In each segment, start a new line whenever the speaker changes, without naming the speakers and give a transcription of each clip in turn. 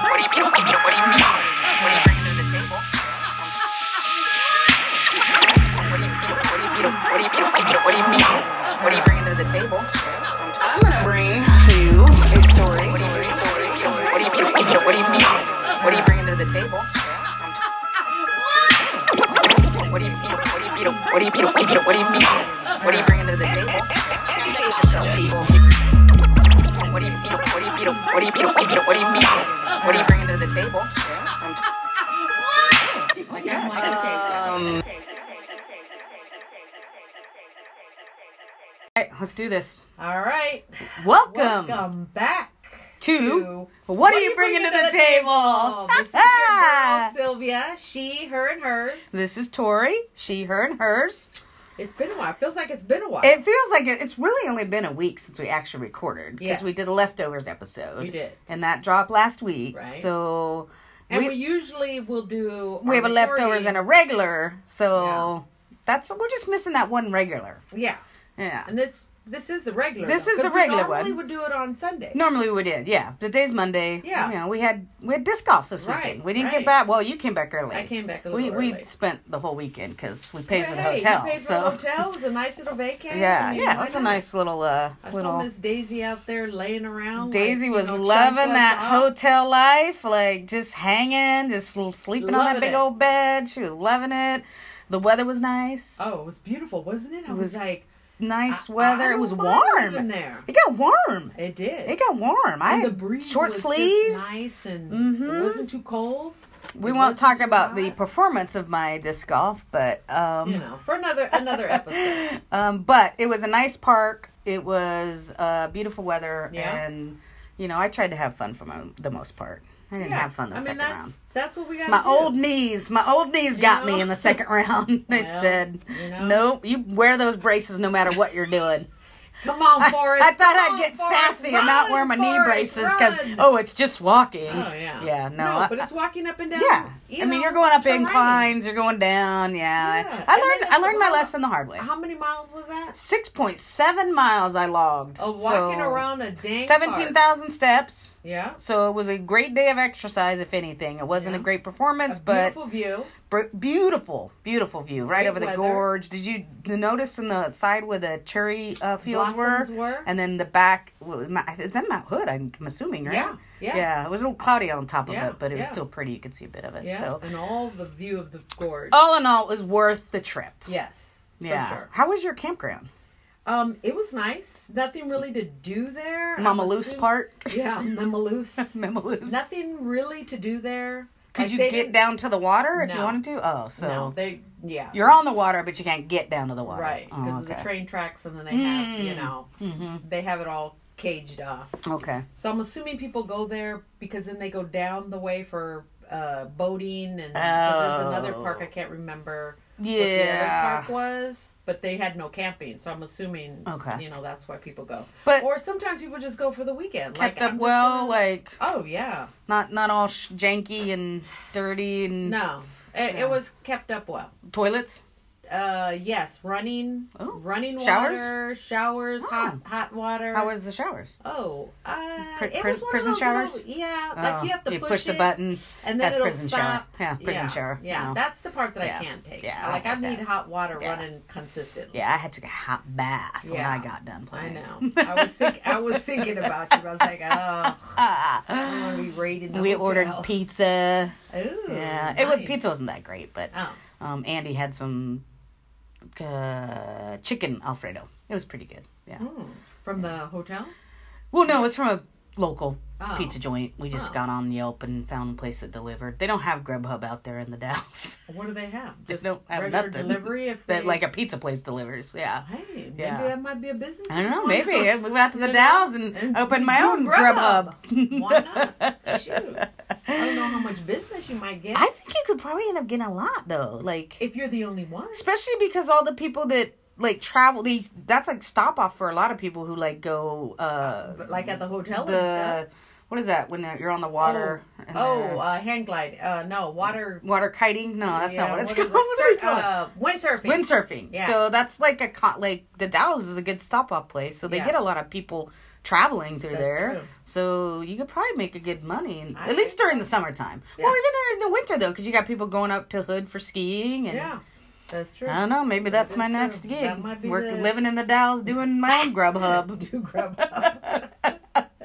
What do you mean? What do you bring to the table? What do you mean? What do you mean? What do you mean? What do you mean? What do you bring to the table? I'm gonna bring you a story. What do you mean? What do you mean? What do you mean? What do you bring to the table? What do you mean? What do you mean? What do you mean? What do you mean? What do you bring to the table? Introduce yourself, people. What do you mean? What do you mean? What do you mean? What do you mean? What do you bring to the table?
All right, let's do this.
All right.
Welcome,
Welcome back
to,
to
what, are you bringing, to the, table?
This is your Oh, girl Sylvia. She, her, and hers.
this is Tori. She, her, and hers.
It's been a while. Feels like it's been a while.
It feels like it, it's really only been a week since we actually recorded because we
Yes.
did a leftovers episode.
We did.
and that dropped last week.
Right.
So
and we,
we,
usually will do.
we have a leftovers and a regular. So that's we're just missing that one regular.
yeah.
Yeah.
And this this is the regular.
This
though,
is
'cause
the regular
we normally
one.
would do it on Sunday.
Normally we did, yeah. Today's Monday.
Yeah.
You know, we had we had disc golf this
Right,
weekend. We didn't
right.
get back. Well, you came back early.
I came back a
We
little
we
early.
spent the whole weekend because we paid for the
Hey, you
hotel.
paid for
so
the hotel. It was a nice little vacation.
yeah, yeah,
why
that's a
not?
nice little uh
I saw
little.
Miss Daisy out there laying around.
Daisy
like, you
was
know,
loving
chunkless
that
up.
hotel life, like just hanging, just l- sleeping on that
Loving
big
it.
old bed. She was loving it. The weather was nice.
Oh, it was beautiful, wasn't it? I
It
was,
was
like,
nice
I- I
weather. it
don't
was
mind
warm.
living there.
It got warm.
it did.
It got warm. I
and the
had
breeze
short
was just
sleeves.
nice and
Mhm.
it wasn't too cold.
We
It
won't
wasn't
talk
too
about the
hot.
performance of my disc golf, but um,
You know, for another another episode.
um, but it was a nice park. It was uh, beautiful weather,
Yeah.
and you know I tried to have fun for my, the most part. I didn't have fun the
I mean,
second
that's
round.
that's what we got.
My old knees, my old knees got
know?
me in the second round. they
Well,
said,
you know.
"Nope, you wear those braces no matter what you're doing."
Come on,
I,
Forrest.
I thought
Come
I'd
on,
get
Forrest.
sassy and not
Run,
wear my knee
Forrest,
braces because
run.
oh, it's just walking.
Oh, yeah,
yeah, no, I-
but it's walking up and down.
Yeah,
you
I mean
know,
you're going up
terrain.
inclines, you're going down. Yeah,
Yeah,
I
and then
learned I
it's
learned my
about-
lesson the hard way.
How many miles was that?
Six point seven miles I logged.
Of walking
So,
around a dang.
Seventeen
park.
thousand steps.
Yeah.
So it was a great day of exercise, if anything. It wasn't
Yeah.
a great
A
performance, but
beautiful view.
br- beautiful, beautiful view right
Great
over the
weather.
gorge. Did you notice in the side where the cherry uh, fields were?
Blossoms were.
and then the back well, Ma- it's in Mount Hood. I'm I'm assuming, right?
Yeah, yeah.
yeah. It was a little cloudy on top of
Yeah,
it, but it was
yeah.
still pretty. You could see a bit of it.
yeah.
So
And all the view of the gorge.
all in all, it was worth the trip.
Yes. for
Yeah.
sure.
How was your campground?
Um, it was nice. Nothing really to do there. I'm
Mama Loose
assume-
part?
Yeah, Mama Loose.
Mama Loose.
Nothing really to do there.
Could
Like,
you
they
get
didn't-
down to the water if you
No.
wanted to? Oh, so
No, they yeah.
you're on the water, but you can't get down to the water.
right because
Oh,
of the
okay.
train tracks, and then they have you
Mm.
know they have it all caged off.
Okay.
So I'm assuming people go there because then they go down the way for uh, boating and 'cause there's another park I
Oh.
can't remember what the other
Yeah.
park was, but they had no camping, so I'm assuming
Okay.
you know that's why people go.
But
or sometimes people just go for the weekend.
kept
I'm
up
just
well,
gonna-
like
oh yeah,
not not all sh- janky and dirty and
no, it,
Yeah.
it was kept up well.
toilets.
Uh, yes, running,
Oh.
running
Showers?
water, showers, hot
Oh.
hot water.
How was the showers?
Oh, uh,
Pri-
it
pri-
was one of
prison
those
showers? Oh.
little- yeah, like you have to push,
the
it,
button.
and
That
then it'll
prison shower.
stop.
Yeah, prison shower.
Yeah,
No.
that's the part that
Yeah.
I can't take.
Yeah, I
like I,
get
need
that.
hot water
Yeah.
running consistently.
Yeah, I had to get a hot bath when
Yeah.
I got done
I
playing.
know. I was think I was thinking about you. but I was like, oh, I'm
Ah.
gonna be raiding the
we
hotel.
ordered pizza.
Ooh,
Yeah, it was
nice.
pizza wasn't that great, but
Oh,
um, Andy had some uh, chicken Alfredo. It was pretty good. Yeah.
mm, from the
Hmm.
hotel.
Well, no, it's from a local
Oh.
pizza joint. We just
Oh.
got on Yelp and found a place that delivered. They don't have Grubhub out there in the Dallas.
What do they have?
They
Just
don't have
regular
nothing.
delivery if they
that like a pizza place delivers. Yeah.
Hey, maybe
Yeah.
that might be a business.
I don't know.
model.
Maybe I move out to the
You know,
Dallas and,
and
open my
do
own
Grubhub.
Grubhub.
Why not? Shoot. I don't know how much business you might get
I think you could probably end up getting a lot though. Like
if you're the only one.
especially because all the people that like travel these that's like stop off for a lot of people who like go uh
But like at the hotel and
the what is that when you're on the water
stuff.
and
Oh,
they're-
uh, hand glide. Uh, no, water.
water kiting no that's
yeah,
not what it's
is
called What are they
it?
called?
Sur- uh, windsurfing.
windsurfing
Yeah.
so that's like a co- like the dallas is a good stop off place so they
Yeah.
get a lot of people traveling through
That's
there.
true.
So you could probably make a good money, in,
I
at least
think
during the summertime.
Yeah.
Well, even in the winter though, because you got people going up to Hood for skiing and.
Yeah, that's true.
I don't know. Maybe
That
that's
is
my
true.
next gig.
That might be
Work,
the-
living in the Dalles, doing my own Grubhub.
Do grub up.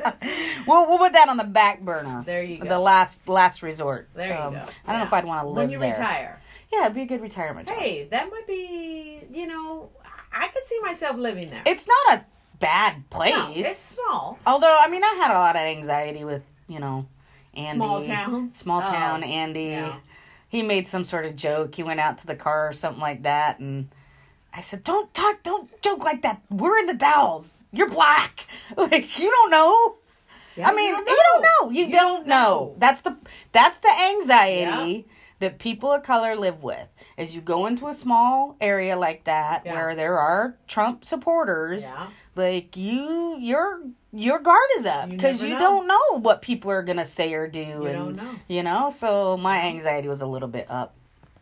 we'll, we'll put that on the back burner.
There you go.
The last last resort. Um,
There you go.
I don't know if
Yeah.
I'd want to live
when you
there.
retire.
Yeah, it'd be a good retirement. job.
Hey, that might be. You know, I I could see myself living there.
it's not a bad place.
No, it's small.
Although, I mean, I had a lot of anxiety with you know, Andy,
Small towns?
small
Oh,
town Andy.
yeah.
He made some sort of joke. He went out to the car or something like that, and I said, "Don't talk, don't joke like that. We're in the Dalles. You're black. Like you don't know."
Yeah,
I mean, you don't know. You, don't know. That's the that's the anxiety that people of color live with. Is you go into a small area like that
Yeah.
where there are Trump supporters,
Yeah.
like you, your your guard is up
You
because
never
you,
know.
don't know what people are gonna say or do.
You
and,
don't know.
You know, so my anxiety was a little bit up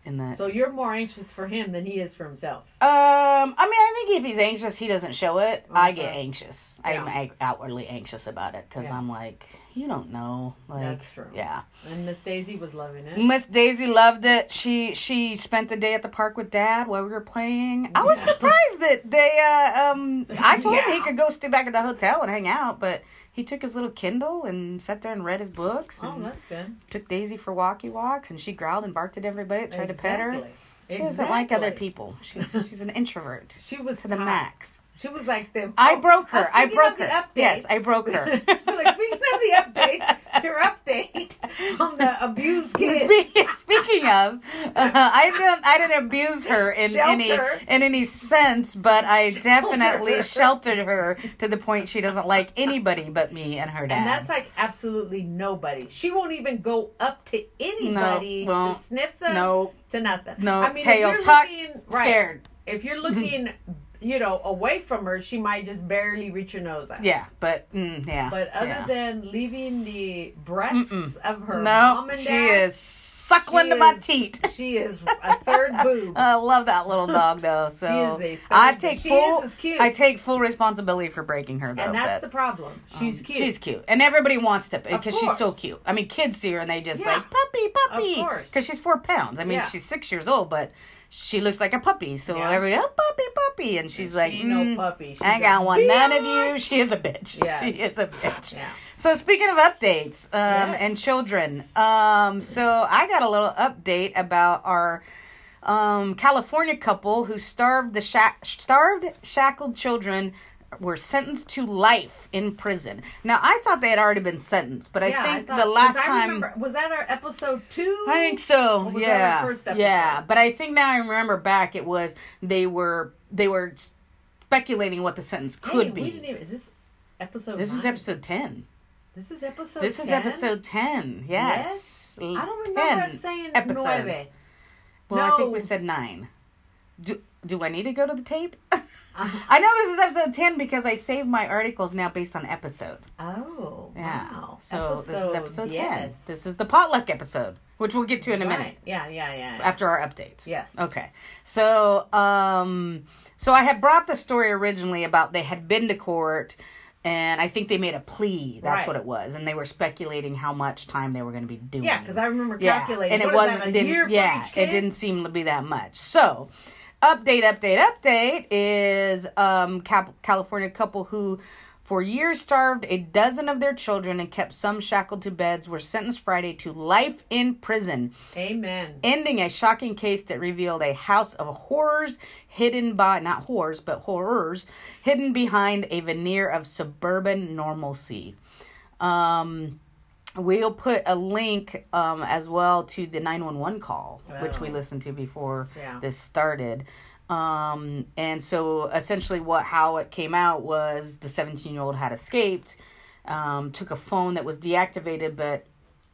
in that.
So you're more anxious for him than he is for himself.
Um, I mean, I think if he's anxious, he doesn't show it. I get
Okay.
anxious. I'm
Yeah.
ag- outwardly anxious about it because
Yeah.
I'm like, you don't know. Like,
That's true.
Yeah.
And Miss Daisy was loving it.
Miss Daisy loved it. She she spent the day at the park with Dad while we were playing. I was
Yeah.
surprised that they uh um I told him he
Yeah.
could go stay back at the hotel and hang out, but he took his little Kindle and sat there and read his books
Oh,
and
that's good.
took Daisy for walkie walks and she growled and barked at everybody that tried to pet her.
Exactly.
She doesn't like other
Exactly.
people. She's she's an introvert
She was
to the
hot.
max.
She was like the.
I broke her.
Uh,
I
speaking
broke
of the
her. Yes, I broke her.
like speaking of the updates, your update on the abused kids.
Speaking, speaking of, uh, I didn't I didn't abuse her in any
Shelter.
in any sense, but I
Shelter.
definitely sheltered her to the point she doesn't like anybody but me and her dad.
And that's like absolutely nobody. She won't even go up to anybody to
won't.
sniff them.
no,
To nothing.
No,
I mean, if
tail Mm-hmm.
you're
tucked,
looking-
scared.
If you're looking, you know, away from her, she might just barely reach your nose out.
Yeah, but mm, yeah.
But other
yeah.
than leaving the breasts of her
no,
mom and
she
dad,
is suckling to my
is-
teat. Oh,
she is a third boob.
I love that little dog though. So
She is a
I
third-
take
she
full
is as cute.
I take full responsibility for breaking her though.
and
but-
that's the problem. She's
Um,
cute.
She's cute, and everybody wants to because she's so
course.
cute. I mean, kids see her and they just
Yeah.
like puppy, puppy,
course.
because she's four pounds. I mean,
Yeah.
she's six years old, but she looks like a puppy. So
Yeah.
every oh, puppy, puppy, and she's like,
ain't no
"Mm,
puppy. She's
I ain't got
a
one. None of you.
bitch."
She is a bitch.
Yes.
She is a bitch.
Yeah.
So speaking of updates um,
Yes.
and children, um, so I got a little update about our um, California couple who starved the sha- starved shackled children were sentenced to life in prison. Now I thought they had already been sentenced, but I
Yeah,
think
thought-
the
'cause
last
I
time
remember- was that our episode two?
I think so.
Or was that our
yeah.
first
Yeah,
episode?
but I think now I remember back it was they were they were speculating what the sentence could
Hey,
be.
We didn't even, is this episode?
this is
nine?
episode 10.
This is episode.
This is
10?
episode 10. Yes.
I don't remember us saying nueve.
Well, I think we
No.
said 9. Do do I need to go to the tape?
Uh-huh.
I know this is episode 10 because I save my articles now based on episode.
Oh,
Yeah.
wow.
So this is episode 10.
yes.
This is the potluck episode, which we'll get to in a minute
Right. Yeah, yeah, yeah. yeah.
after our updates.
Mm. Yes.
Okay. So, um, so I had brought the story originally about they had been to court, and I think they made a plea. That's
Right.
what it was, and they were speculating how much time they were going to be doing.
Yeah, because I remember
Yeah,
calculating.
and it
What is
wasn't.
that, a
didn't,
year for
yeah,
each kid?
it didn't seem to be that much. So, update, update, update is um Cap- California couple who. For years, starved a dozen of their children and kept some shackled to beds. Were sentenced Friday to life in prison
Amen.
ending a shocking case that revealed a house of horrors hidden by not horrors but horrors hidden behind a veneer of suburban normalcy um we'll put a link um as well to the 911 call which we
Wow.
listened to before
Yeah.
this started um and so essentially what how it came out was the 17 year old had escaped um took a phone that was deactivated but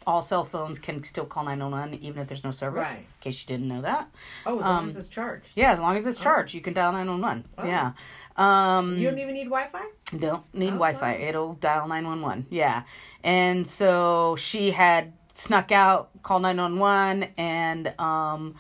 all cell phones can still call 911 even if there's no service
Right.
in case you didn't know that
oh, as long as it's charged.
um, yeah as long as it's charged you can dial 911
Oh.
yeah um
You don't even need Wi-Fi.
don't need
Oh,
Wi-Fi. It'll dial nine one one. Yeah, and so she had snuck out, called nine one one, and um,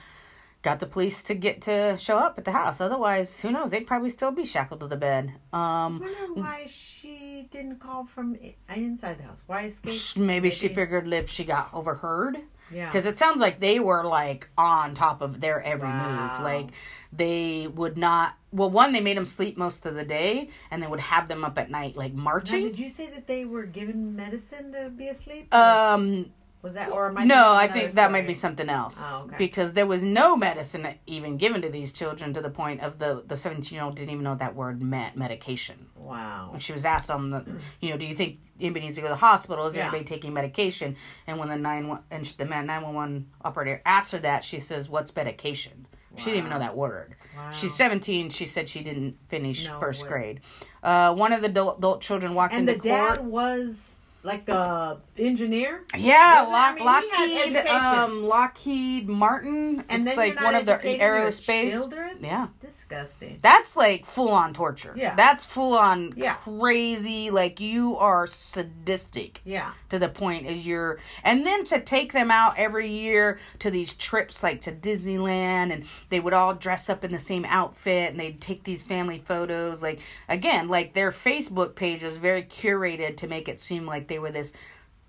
got the police to get to show up at the house. Otherwise, who knows? They'd probably still be shackled to the bed. Um,
wonder why she didn't call from i- inside the house. Why escape?
sh- maybe she figured if she got overheard,
Yeah.
because it sounds like they were like on top of their every
Wow.
move. Like they would not. Well, one, they made them sleep most of the day, and they would have them up at night, like
Now,
marching.
did you say that they were given medicine to be asleep? Or
Um,
was that or am I
no, I
thinking
think
another
that might be
story?
something else
Oh, okay.
because there was no medicine even given to these children to the point of the the seventeen year old didn't even know that word meant medication.
Wow.
When she was asked on the, you know, do you think anybody needs to go to the hospital? Is there
Yeah.
anybody taking medication? And when the nine one and sh- the man nine one one operator asked her that, she says, "What's medication?" She didn't even know that word. She's
Wow.
seventeen. She said she didn't finish
No
first
way.
grade. Uh, one of the adult, adult children walked
And
into
the
court.
dad was like a engineer.
Yeah,
Doesn't- I
Lock,
mean, he had
Lockheed,
education.
um, Lockheed Martin.
And
it's
then
like
you're
one
not
of the
educating your
aerospace.
children?
Yeah,
Disgusting.
that's like full on torture.
Yeah.
that's full on
Yeah.
crazy. Like you are sadistic
Yeah.
to the point as you're, and then to take them out every year to these trips like to Disneyland, and they would all dress up in the same outfit, and they'd take these family photos. Like again, like their Facebook page was very curated to make it seem like they were this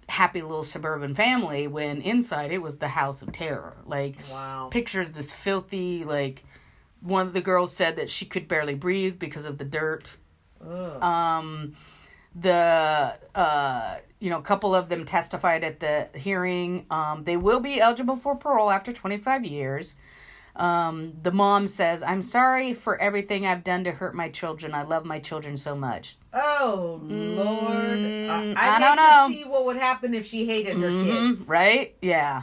happy little suburban family when inside it was the house of terror like
Wow.
pictures this filthy like one of the girls said that she could barely breathe because of the dirt
Ugh.
um the uh you know a couple of them testified at the hearing um they will be eligible for parole after 25 years um the mom says i'm sorry for everything i've done to hurt my children i love my children so much
oh Lord.
Mm,
I,
I
hate
don't know.
To see what would happen if she hated her
Mhm,
kids.
right yeah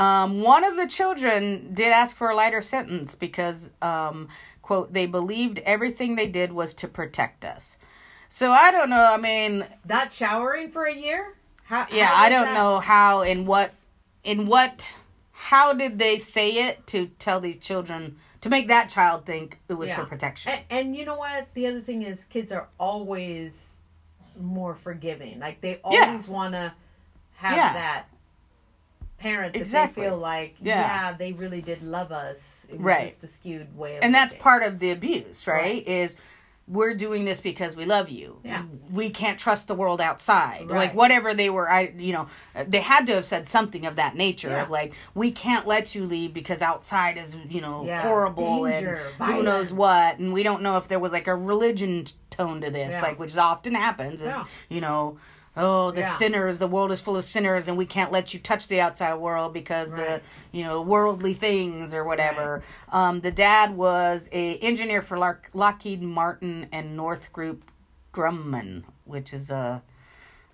um, one of the children did ask for a lighter sentence because um, quote they believed everything they did was to protect us so i don't know i mean
Not showering for a year. How,
yeah
how
i
is
don't
that-
know how in what in what how did they say it to tell these children to make that child think it was
Yeah.
for protection
And, and you know what? The other thing is, kids are always more forgiving. Like they always
Yeah.
want to have
Yeah.
that parent that
Exactly.
they feel like,
Yeah.
yeah. they really did love us. It was
Right.
just a skewed way of
and that's
looking.
part of the abuse right,
Right.
is we're doing this because we love you
Yeah.
we can't trust the world outside like
Right.
whatever they were i you know uh, they had to have said something of that nature
Yeah.
of like we can't let you leave because outside is you know
Yeah.
horrible
Danger,
and who knows
violence.
what and we don't know if there was like a religion tone to this
Yeah.
like which often happens is
Yeah.
you know oh the
Yeah.
sinners the world is full of sinners and we can't let you touch the outside world because
Right.
the you know worldly things or whatever um, the dad was a engineer for Lark- lockheed martin and northrop grumman which is a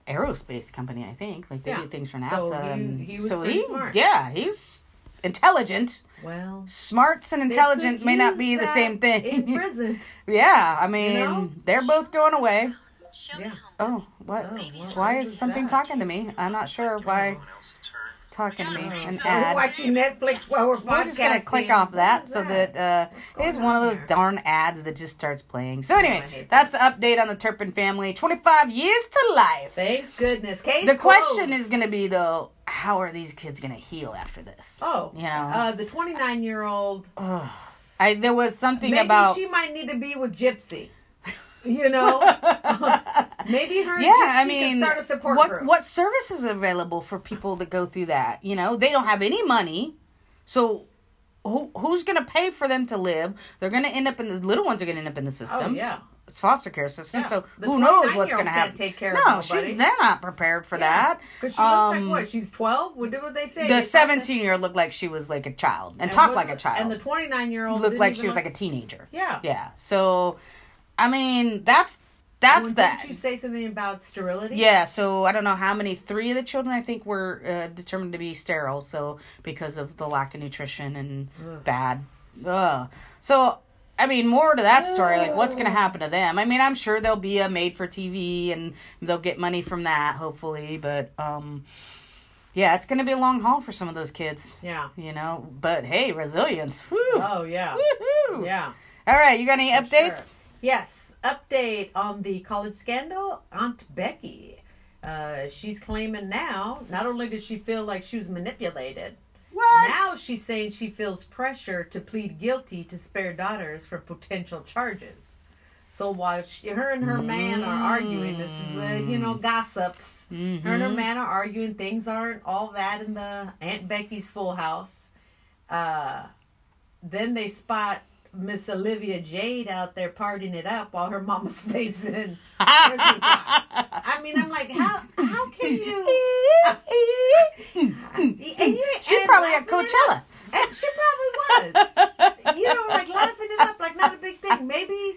aerospace company i think like they
Yeah.
do things for
So
nasa
he-
and
he was pretty smart.
yeah he's intelligent
Well,
smarts and
they
intelligent
could
may not
use
be the
that
same
In
thing
prison.
yeah i mean
know?
they're both going away
Show
Yeah.
me home.
Oh, what?
Oh,
why
wow.
is something
Who's that?
talking to me? I'm not sure why talking to me. An
Oh,
We're
ad.
watching Netflix while we're podcasting.
We're just gonna click off
What
that
is
so that uh,
going
it's one of
on
those
here?
darn ads that just starts playing. So
I
anyway,
hate
that's the update on the Turpin family. 25 years to life.
Thank goodness. Case
The question
closed.
is gonna be though, how are these kids gonna heal after this?
Oh,
You know.
uh, the 29 year old.
I there was something
Maybe
about
she might need to be with Gypsy. You know, maybe her. and
yeah, I
Gypsy could
mean,
start a support
what
group.
what services are available for people to go through that? You know, they don't have any money, so who who's going to pay for them to live? They're going to end up in the little ones are going to end up in the
Oh
system.
yeah,
it's foster care system.
Yeah.
So
The
who knows what's
29-year-old
going to
can't
happen?
take care of
no,
nobody.
she's they're not prepared for that.
because she looks
Um,
like what? She's 12. What did what they say? They
the
thought
seventeen year old looked like she was like a child and,
that-
talked
and
like a
what-
child.
And the 29 year old
looked like she was like a teenager.
yeah.
Yeah. So, I mean, that's that's
Well,
that.
Didn't you say something about sterility?
Yeah, so I don't know how many. Three of the children I think were uh, determined to be sterile, so because of the lack of nutrition and bad. Ugh. So I mean, more to that story. Like, what's going to happen to them? I mean, I'm sure there'll be a made for TV, and they'll get money from that, hopefully. But um, yeah, it's going to be a long haul for some of those kids,
Yeah.
you know. But hey, resilience. Whew.
Oh yeah.
Woohoo.
Yeah.
All right, you got any
for sure.
updates?
Yes, update on the college scandal. Aunt Becky, uh, she's claiming now. Not only did she feel like she was manipulated,
What?
Now she's saying she feels pressure to plead guilty to spare daughters for potential charges. So while she, her and her man are arguing, this is uh, you
Mm.
know gossips. Her and
Mm-hmm.
her man are arguing. Things aren't all that in the Aunt Becky's Full House. Uh, then they spot Miss Olivia Jade out there partying it up while her mama's facing. prison time. I mean, I'm like, how how can you? And you
She's
and
probably at
laughing it
Coachella.
up. And she probably was you know, like laughing it up, like not a big thing. Maybe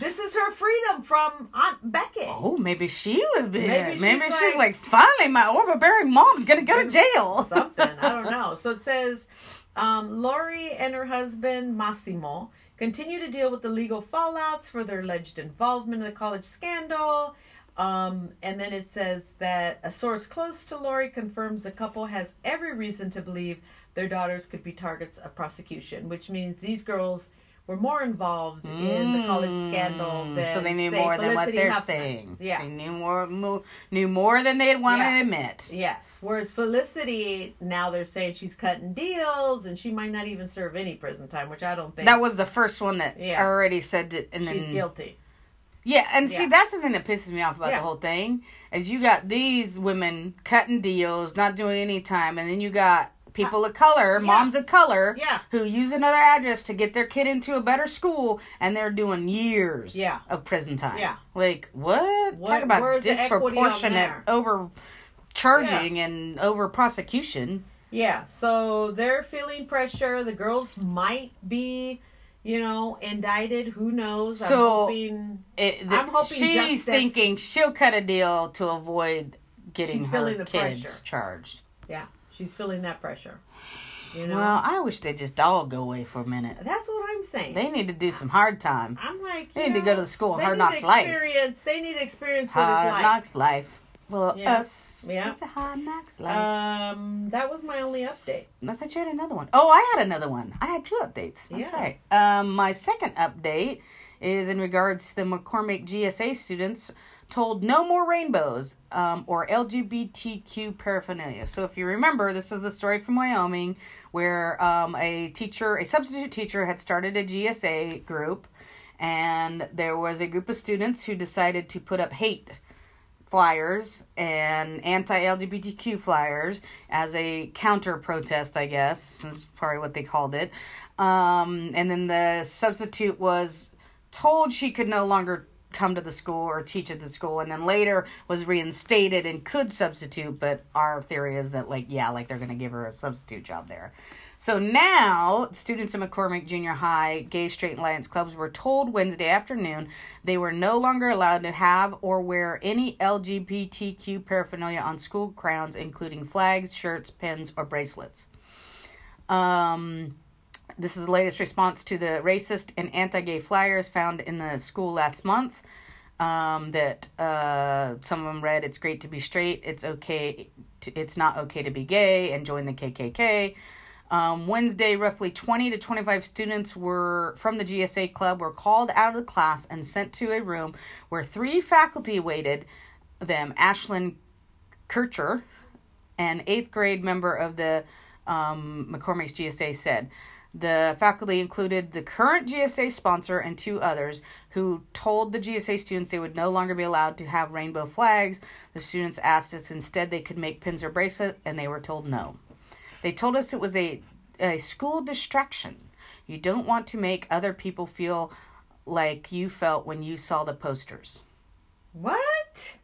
this is her freedom from Aunt Beckett.
Oh, maybe she was big.
Maybe
Maybe,
she's
she's,
like- Mm,
like, finally, my overbearing mom's gonna go to jail.
Something. I don't know. So it says um, Lori and her husband, Massimo, continue to deal with the legal fallouts for their alleged involvement in the college scandal. Um, and then it says that a source close to Lori confirms the couple has every reason to believe their daughters could be targets of prosecution, which means these girls were more involved in the college scandal than
Mm. so they knew
say,
more than what
Felicity
they're
Huffman.
saying.
Yeah.
They knew more, mo- knew more than they'd want
Yeah.
to admit.
Yes. Whereas Felicity, now they're saying she's cutting deals and she might not even serve any prison time, which I don't think
That was the first one that
Yeah.
already said it. And
she's
then,
guilty.
Yeah, and see,
Yeah.
that's the thing that pisses me off about
Yeah.
the whole thing is you got these women cutting deals, not doing any time, and then you got people of color, moms of color,
Uh, Yeah.
who use another address to get their kid into a better school, and they're doing years
Yeah.
of prison time.
Yeah.
like what?
What-
Talk about
where's the equity on
disproportionate
there?
over charging and over prosecution.
Yeah. So they're feeling pressure. The girls might be, you know, indicted. Who knows? I'm
So-
hoping
It,
I'm hoping
she's
justice-
thinking she'll cut a deal to avoid getting
She's
her
feeling the
kids
pressure.
charged.
yeah, she's feeling that pressure. You know?
Well, I wish they just all go away for a minute.
That's what I'm saying.
They need to do some hard time.
I'm like,
They
you
need to
know,
go to the school of
they
hard
need to
knocks life.
Experience. They need to experience what it's
Hard
like.
knocks life. Well,
Yeah.
us.
Yeah.
It's a hard knocks life.
Um, that was my only update.
I thought you had another one. Oh, I had another one. I had two updates. That's
Yeah.
right. Um, my second update is in regards to the McCormick GSA students told no more rainbows um, or LGBTQ paraphernalia. So, if you remember, this is the story from Wyoming where um, a teacher, a substitute teacher, had started a GSA group, and there was a group of students who decided to put up hate flyers and anti-LGBTQ flyers as a counter protest, I guess, is probably what they called it. Um, and then the substitute was told she could no longer come to the school or teach at the school, and then later was reinstated and could substitute. But our theory is that, like, yeah, like they're going to give her a substitute job there. So now, students in McCormick Junior High Gay Straight and Alliance clubs were told Wednesday afternoon they were no longer allowed to have or wear any LGBTQ paraphernalia on school crowns, including flags, shirts, pins, or bracelets. Um, this is the latest response to the racist and anti-gay flyers found in the school last month. Um, that uh, some of them read, "It's great to be straight. It's okay. To, it's not okay to be gay and join the KKK." Um, Wednesday, roughly twenty to twenty-five students were from the GSA club were called out of the class and sent to a room where three faculty waited them: Ashlyn Kircher, an eighth grade member of the um, McCormick's GSA said. The faculty included the current GSA sponsor and two others who told the GSA students they would no longer be allowed to have rainbow flags. The students asked if instead they could make pins or bracelets, and they were told no. They told us it was a, a school distraction. You don't want to make other people feel like you felt when you saw the posters.
What?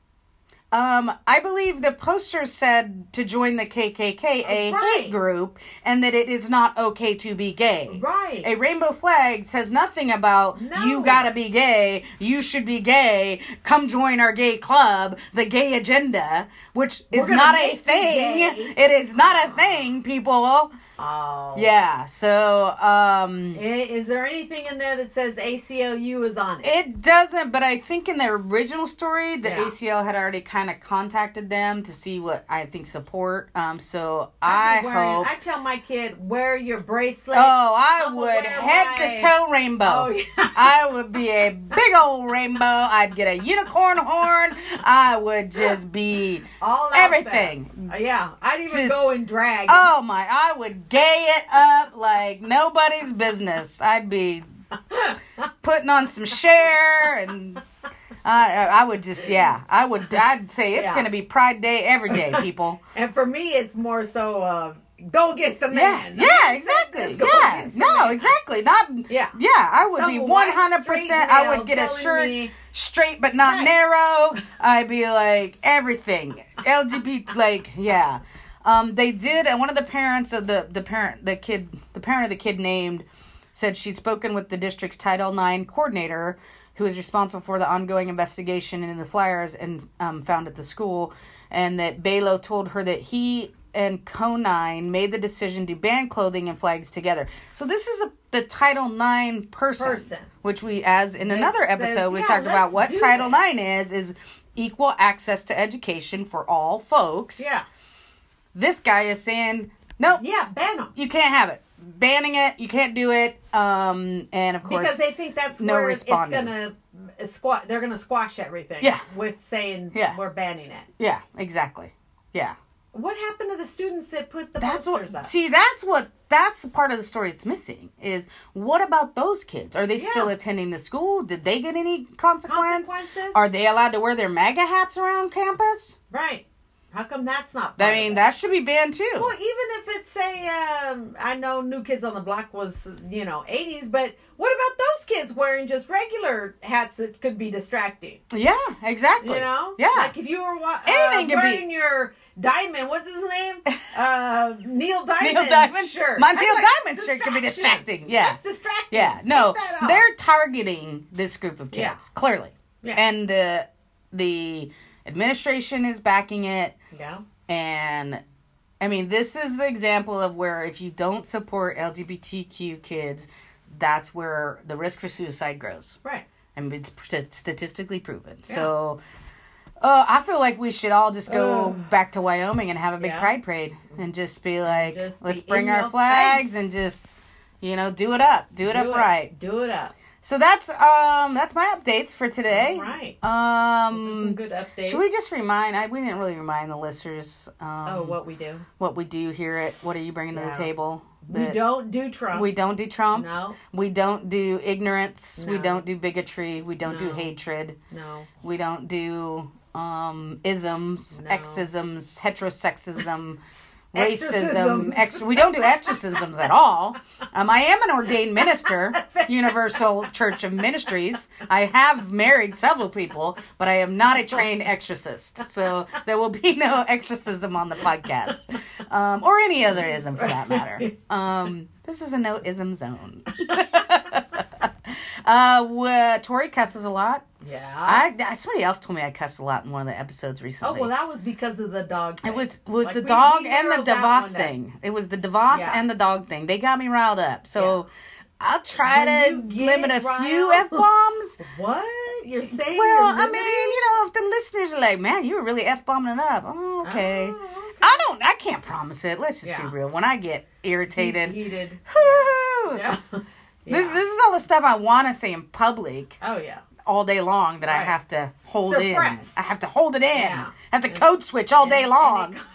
Um, I believe the poster said to join the KKK, a
Oh, Right.
hate group, and that it is not okay to be gay.
Right.
A rainbow flag says nothing about
No.
you gotta be gay, you should be gay, come join our gay club, the gay agenda, which is
gonna
not a
make you
thing.
gay.
It is not a thing, people.
Oh.
Yeah, so, um.
I- Eh, Is there anything in there that says ACLU is on it?
It doesn't, but I think in the original story, the
Yeah.
ACL had already kind of contacted them to see what I think support. Um, so I
I'd be wearing-
hope.
I tell my kid wear your bracelet.
oh, I
I'ma
would
wear
head
my-
to toe rainbow.
Oh, yeah.
I would be a big old rainbow. I'd get a unicorn horn. I would just be
all out
everything.
there. Uh, Yeah, I'd even
Just-
go and drag.
Oh my! I would gay it up like nobody's business. I'd be putting on some share and I I would just yeah I would I'd say it's
Yeah.
gonna be Pride Day every day, people.
And for me, it's more so uh, go get the
Yeah,
man.
yeah, exactly.
Let's go
Yeah,
get some
no,
man.
exactly. Not
Yeah.
yeah. I would
Some
be one
white
hundred percent. I
straight
would get a
male
shirt
telling me-
straight but not
Right.
narrow. I'd be like everything LGBT. Like yeah, um, they did. And one of the parents of the the parent the kid the parent of the kid named said she'd spoken with the district's Title IX coordinator, who is responsible for the ongoing investigation in the flyers and um, found at the school, and that Balo told her that he and Conine made the decision to ban clothing and flags together. So this is a, the Title IX person,
Person.
which we, as in another
says,
episode, we
"Yeah,
talked about
let's
what
do
Title
this."
IX is: is equal access to education for all folks.
Yeah.
This guy is saying, nope,
Yeah, ban 'em.
you can't have it. Banning it, you can't do it. Um, and of course,
Because they think that's
no
where
responding.
it's gonna squat. They're gonna squash everything.
Yeah.
With saying
Yeah.
we're banning it.
yeah, exactly, yeah.
What happened to the students that put the
That's
posters up?
what. See, that's what. That's the part of the story that's missing. Is what about those kids? Are they still
Yeah.
attending the school? Did they get any consequence?
Consequences?
Are they allowed to wear their MAGA hats around campus?
right. How come that's not?
I
part of
mean,
it?
that should be banned too.
Well, even if it's say, um, I know New Kids on the Block was you know '80s, but what about those kids wearing just regular hats that could be distracting?
yeah, exactly.
You know,
Yeah.
like if you were wa-
Anything
uh,
can be-
wearing your diamond. What's his name? Uh, Neil Diamond.
Neil Diamond
shirt.
My
That's
Neil
like
Diamond shirt
distraction.
can be distracting. Yeah.
that's distracting.
Yeah, no,
Take that off.
they're targeting this group of kids
Yeah.
clearly,
Yeah.
and the the administration is backing it.
yeah,
And I mean, this is the example of where if you don't support LGBTQ kids, that's where the risk for suicide grows.
right.
I mean, it's st- statistically proven. So. Uh, I feel like we should all just go
Ugh.
back to Wyoming and have a big
Yeah.
pride parade and just be like,
Just be
let's
in
bring our
your
flags
face.
and just, you know, do it up, do it up right.
Do it up.
So that's um that's my updates for today.
All right. Those are some
Um,
good updates.
should we just remind? I we didn't really remind the listeners. Um,
oh, what we do?
what we do here at what are you bringing to
Yeah.
the table?
We
That
don't do Trump.
We don't do Trump.
No,
We don't do ignorance. We
No.
don't do bigotry. We don't do
No.
hatred.
no.
We don't do um isms,
No.
exisms, heterosexism. Racism,
Exorcisms.
ex- we don't do exorcisms at all. Um, I am an ordained minister, Universal Church of Ministries. I have married several people, but I am not a trained exorcist, so there will be no exorcism on the podcast, um, or any other ism for that matter. Um, this is a no ism zone. uh, wh- Tori cusses a lot.
Yeah.
I, I somebody else told me I cussed a lot in one of the episodes recently.
oh well, that was because of the dog.
It
thing.
was was
Like,
the
we-
dog
we
and the
narrowed that one
DeVos
down.
thing. It was the DeVos
Yeah.
and the dog thing. They got me riled up. So I'll try
When
to
you
limit a
get
few
riled-
f bombs.
What you're saying?
Well,
you're
I mean, you know, if the listeners are like, "Man, you were really f bombing it up," oh, okay.
Oh, okay.
I don't. I can't promise it. Let's just
Yeah.
be real. When I get irritated,
He- heated.
whoo,
Yeah.
this
Yeah.
this is all the stuff I want to say in public
Oh yeah.
all day long that I
Right.
have to hold
Suppress.
in. I have to hold it in.
Yeah.
I have to code switch all day
And-
long.
and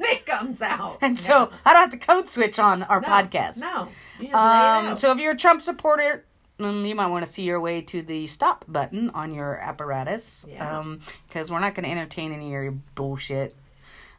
It, it comes out.
And so I don't have to code switch on our
No,
podcast.
No. You just lay it
Um,
out.
so if you're a Trump supporter, um, you might want to see your way to the stop button on your apparatus.
Yeah.
Because we're not going to entertain any of your bullshit.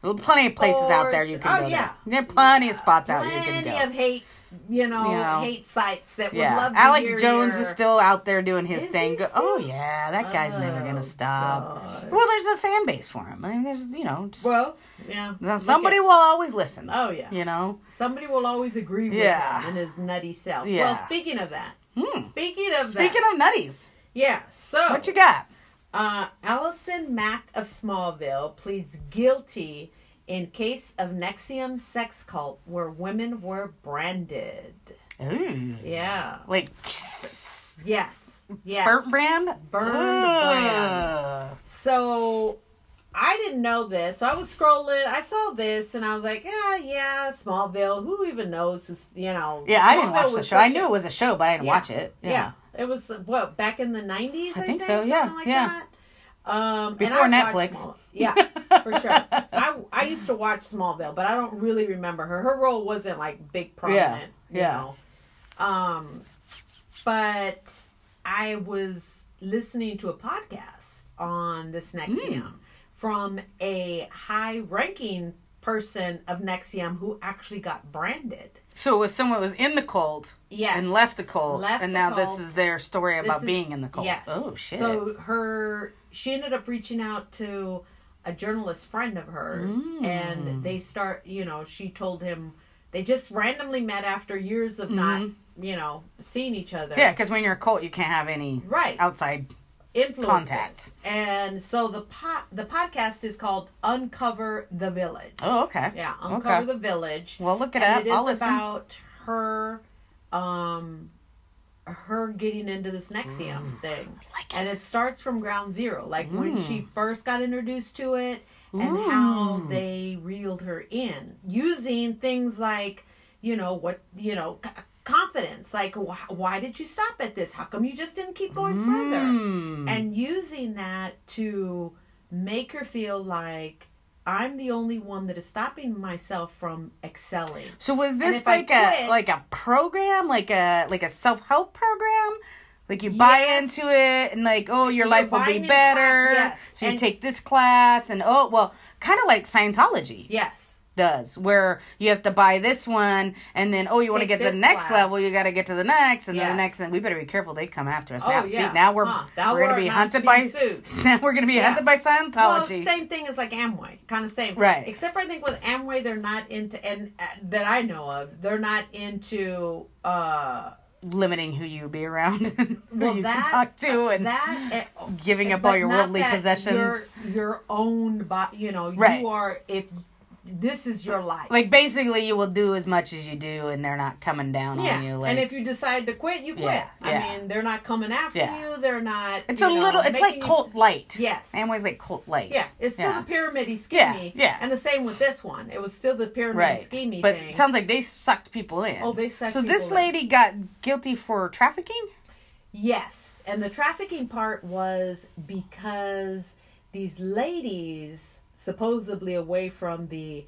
There's plenty of places out
Or
there you
sh-
can
oh,
go. to.
yeah.
There are plenty of spots out you can
plenty
go.
of hate, you know,
You know.
hate sites that would
yeah.
love to
Alex
hear
Jones
your-
is still out there doing his
Is he
thing. Go- oh,
still?
yeah. That guy's never going
Oh,
to stop.
God.
Well, there's a fan base for him. I mean, there's, you know, just,
Well, yeah.
now
look
somebody
at-
will always listen.
Oh, yeah.
You know?
somebody will always agree with
Yeah.
him and his nutty self.
Yeah.
Well, speaking of that.
Hmm.
Speaking of
Speaking
that.
of nutties,
yeah. So
what you got?
Uh, Allison Mack of Smallville pleads guilty in case of Nexium sex cult where women were branded.
Ooh.
Yeah.
Like yes.
Yes. Yes.
burnt brand?
Burnt
Ugh.
So I didn't know this. So I was scrolling. I saw this and I was like, yeah, yeah, Smallville. Who even knows who's, you know.
Yeah, I didn't
Smallville
watch the
was
show. I
such a-
knew it was a show, but I didn't
Yeah.
watch it. Yeah.
It was what back in the nineties. I,
think so, yeah,
Something like
yeah.
That. Um, and
Before
I watched
Netflix.
Small- yeah, for sure. I I used to watch Smallville, but I don't really remember her. Her role wasn't like big prominent.
yeah.
You know? Um, but I was listening to a podcast on this Nexium
Hmm.
from a high-ranking person of Nexium who actually got branded.
So it was someone was in the cult
Yes.
and left the cult,
Left
and
the
now
cult.
this is their story
This
about
is-
being in the cult.
Yes.
Oh shit!
So her, she ended up reaching out to a journalist friend of hers,
Mm.
and they start. You know, she told him they just randomly met after years of not, you know, seeing each other.
Mm-hmm. yeah, because when you're a cult, you can't have any
Right.
outside.
Influences.
contacts.
And so the pot, the podcast is called Uncover the Village.
Oh okay.
Yeah, Uncover
okay.
the Village.
Well, look it
and
up.
It is
I'll listen.
about her, um, her getting into this Nexium thing,
Mm. like
and
it. Mm.
it starts from ground zero, like when she first got introduced to it and how they reeled her in using things like, you know, what you know. C- confidence like wh- why did you stop at this how come you just didn't keep going further
Mm.
and using that to make her feel like I'm the only one that is stopping myself from excelling.
So was this
if I
like a
quit-
like a program, like a like a self help program? Like you buy
Yes.
into it and like oh your
You're
life will
buying
be
into
better.
class, yes.
So you
And-
take this class and oh well, kind of like Scientology
Yes.
does, where you have to buy this one and then oh you want to
Take
get to the
this
next
class.
level, you got to get to the next and then
Yes.
the next and we better be careful they come after us
Oh,
now.
yeah.
See now we're
Huh. Now
we're,
we're
gonna be
not
hunted by
being sued.
now we're gonna be
Yeah.
hunted by
Well,
Scientology.
same thing as like Amway, kind of same.
Right.
Except I think with Amway, they're not into, and uh, that I know of, they're not into, uh,
Limiting who you be around, and who
well,
you
that,
can talk to, and
that, uh,
giving up
but
all your
not
worldly
that
possessions.
You're, you're owned by, you know,
Right.
you are, if this is your life.
like basically you will do as much as you do and they're not coming down on you like
and if you decide to quit, you quit.
Yeah, yeah.
I mean, they're not coming after
Yeah.
you. They're not.
it's
you
a
know,
little it's like
making-
cult light
Yes.
Amway's like cult light
Yeah, it's still
Yeah.
the pyramid scheme.
Yeah, yeah.
And the same with this one. It was still the pyramid
right
scheme
but
thing.
it sounds like they sucked people in
Oh, they sucked
so this
people in.
lady got guilty for trafficking
yes, and the trafficking part was because these ladies, supposedly away from the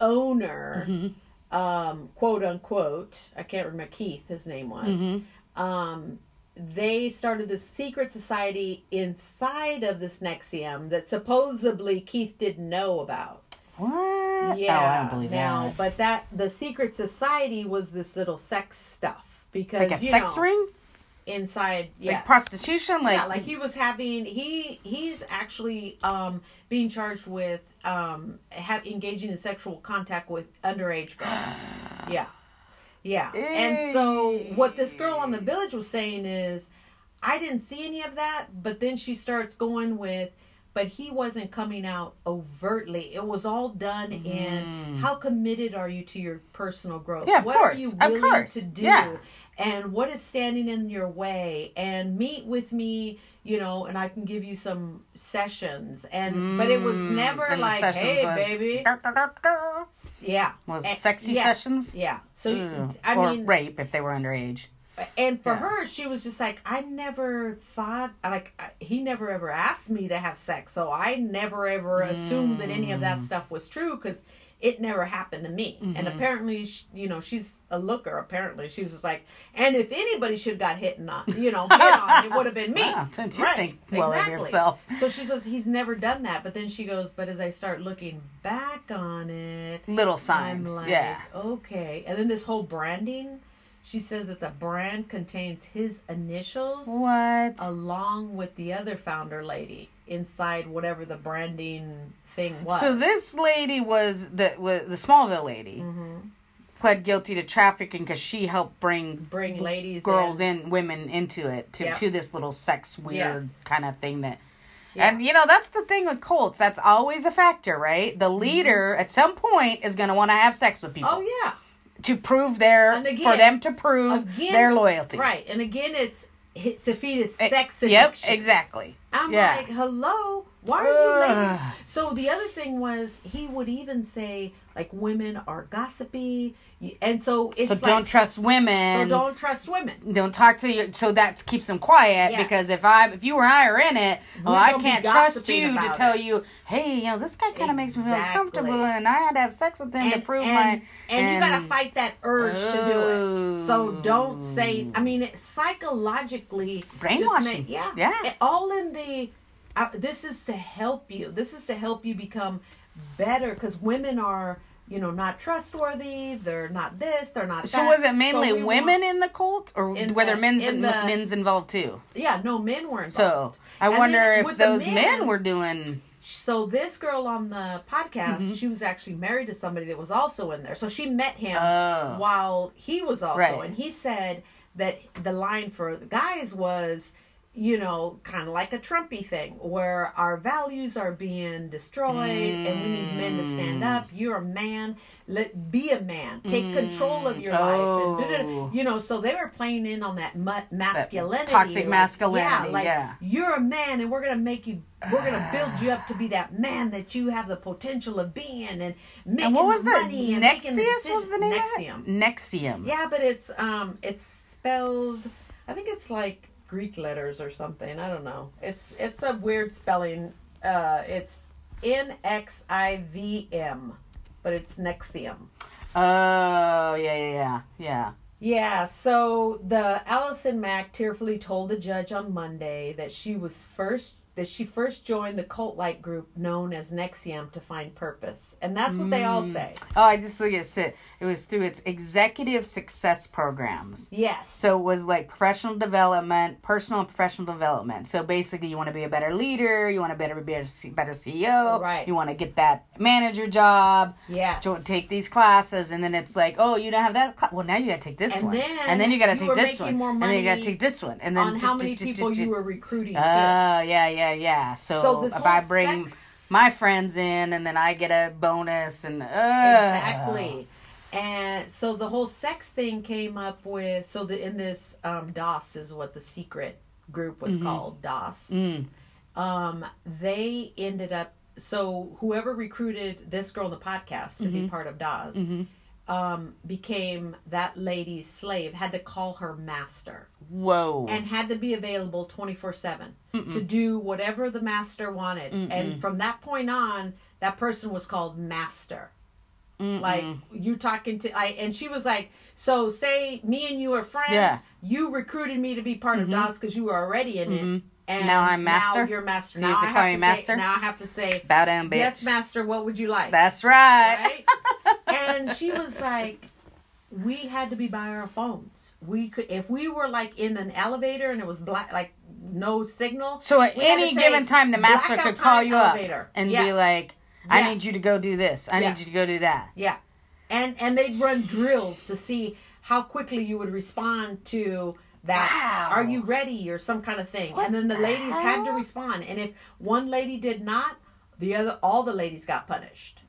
owner,
Mm-hmm.
um, quote unquote, I can't remember Keith, his name was.
Mm-hmm.
Um, they started this secret society inside of this Nexium that supposedly Keith didn't know about.
what
Yeah,
oh i don't believe
now,
that
But that the secret society was this little sex stuff because
like a
you
sex
know,
ring
inside. Yeah,
like prostitution like,
yeah, like he was having he he's actually um being charged with um ha- engaging in sexual contact with underage girls. yeah, yeah. And so what this girl on the village was saying is, I didn't see any of that, but then she starts going with. But he wasn't coming out overtly. It was all done in how committed are you to your personal growth?
Mm-hmm. Yeah, of
what
course,
Are you
of
willing
course,
To do
yeah.
and what is standing in your way and meet with me you know and i can give you some sessions and but it was
Mm,
never
and the
like
sessions
hey
was-
baby yeah
was
And-
sexy
yeah,
sessions
yeah so
Ew.
i
or
mean
rape if they were underage
and for
Yeah.
her she was just like i never thought like I- he never ever asked me to have sex so i never ever assumed that any of that
Mm.
stuff was true because it never happened to me
Mm-hmm.
and apparently sh you know she's a looker apparently she was just like and if anybody should got hit on you know hit on, it would have been me
Ah, don't you think well of yourself.
so she says he's never done that but then she goes but as i start looking back on it
little
I'm
signs
like,
yeah
Okay. And then this whole branding, she says that the brand contains his initials
what
along with the other founder lady inside whatever the branding thing was.
So this lady was the was the Smallville lady
Mm-hmm.
pled guilty to trafficking because she helped bring
bring ladies
girls
in.
in. women into it to
Yep.
to this little sex weird
Yes.
kind of thing that.
Yeah.
And you know that's the thing with cults. That's always a factor, right? The leader at some point is going to want to have sex with people
Mm-hmm. Oh yeah.
to prove their
And again-
for them to prove
Again,
their loyalty.
Right. And again it's hi- to feed his
It-
sex
Yep,
addiction.
exactly.
I'm
yeah.
like, hello, Why are you
Ugh.
lazy? So the other thing was he would even say like women are gossipy, y- and so it's
So
like,
don't trust
so
women.
don't trust women.
don't talk to you so that keeps them quiet
Yeah.
because if i if you and i are in it well i
gonna be
can't trust
gossiping
you to
about
tell
it.
you hey you know this guy kind of makes me feel
Exactly.
uncomfortable and i had to have sex with him to prove my
and, and you gotta fight that urge to do it. So don't say. I mean, it psychologically just
Oh. Brainwashing.
make- yeah,
Yeah.
It- all in the. Uh, this is to help you. This is to help you become better because women are, you know, not trustworthy. They're not this. They're not.
so
that.
was it mainly
we want-
women in the cult or
In
were there
the-
men's
in
in-
the-
men's involved too
yeah, no men were involved.
so i
And
wonder
then
if
with the
those men, were doing
So this girl on the podcast,
Mm-hmm.
she was actually married to somebody that was also in there. So she met him
Oh.
while he was also,
Right.
and he said that the line for the guys was, you know, kind of like a Trumpy thing, where our values are being destroyed, and we need men to stand
Mm.
up. You're a man. Let be a man. Take control of your life. And
Oh.
da-da-da. you know, so they were playing in on that mu- masculinity,
toxic
like,
masculinity,
Yeah, like,
yeah.
you're a man and we're gonna make you we're gonna build you up to be that man that you have the potential of being and making
and what was the
money and making
nexius was
decisions-
the name of it?
nexium
nexium
yeah but it's um it's spelled i think it's like greek letters or something i don't know it's it's a weird spelling uh it's n-x-i-v-m but it's nexium
oh yeah yeah yeah yeah
yeah, so the Allison Mack tearfully told the judge on Monday that she was first that she first joined the cult-like group known as Nexium to find purpose. And that's what they all say.
oh i just look at it it was through its executive success programs
Yes.
So it was like professional development, personal and professional development. So basically, you want to be a better leader, you want to better be a C- better CEO,
Right.
You want to get that manager job.
Yes.
To take these classes, and then it's like, oh, you don't have that. Cl- well, now you got to take this
And
one,
then
and then you got to
you
take
were
this
making
one,
more
and then you got to
money
take this one, and then
on how many
d- d- d-
people
d-
you were recruiting
Oh,
to.
yeah, yeah, yeah. So,
So this
if
whole
I bring
sex-
my friends in, and then I get a bonus, and uh,
Exactly. And so the whole sex thing came up with so the in this um DOS is what the secret group was called, DOS.
Mm-hmm. Mm.
um, they ended up so whoever recruited this girl in the podcast to
Mm-hmm.
be part of Dawes um, became that lady's slave, had to call her master,
Whoa.
and had to be available twenty four seven to do whatever the master wanted. And from that point on, that person was called master. Like
Mm-hmm.
you talking to, I and she was like, so say me and you are friends.
Yeah. Mm-hmm.
You recruited me to be part of DOS because you were already in it. And
Now I'm master?
Now you're master.
So you
now
have to
I
call
have
me
to
master?
Say, now I have to say,
Bow down, bitch.
yes, master. What would you like?
That's right.
right? and she was like, we had to be by our phones. We could, if we were like in an elevator and it was black, like no signal.
So at
we had to
any
say,
given time, the master
"Blackout
could call
time
you up
elevator."
and be
Yes.
like, "I
Yes.
need you to go do this. I
Yes.
need you to go do that."
Yeah. And and they'd run drills to see how quickly you would respond to that
Wow.
are you ready or some kind of thing. and then the,
the
ladies had to
hell?
respond. And if one lady did not, the other all the ladies got punished.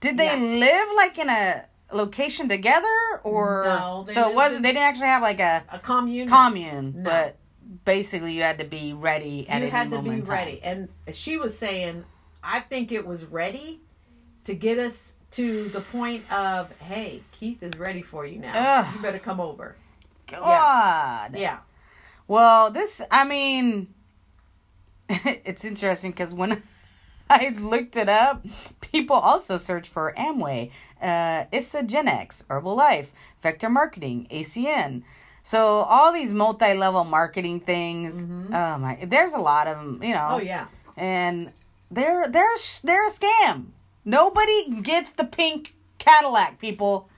Did they
Yeah.
live like in a location together, or
No, they
so it
lived
wasn't?
in-
They didn't actually have like a
A commune
commune,
No.
but basically you had to be ready at
you
any
had to
moment.
be
in time.
ready. And she was saying, I think it was ready to get us to the point of, hey, Keith is ready for you now.
Ugh.
You better come over.
God.
Yeah.
Well, this, I mean, it's interesting because when I looked it up, people also search for Amway, uh, Issa Genex, Herbalife, Vector Marketing, ACN. So all these multi-level marketing things. Oh my, there's a lot of them, you know.
Mm-hmm. Oh yeah.
And they're they're sh- they're a scam. Nobody gets the pink Cadillac, people.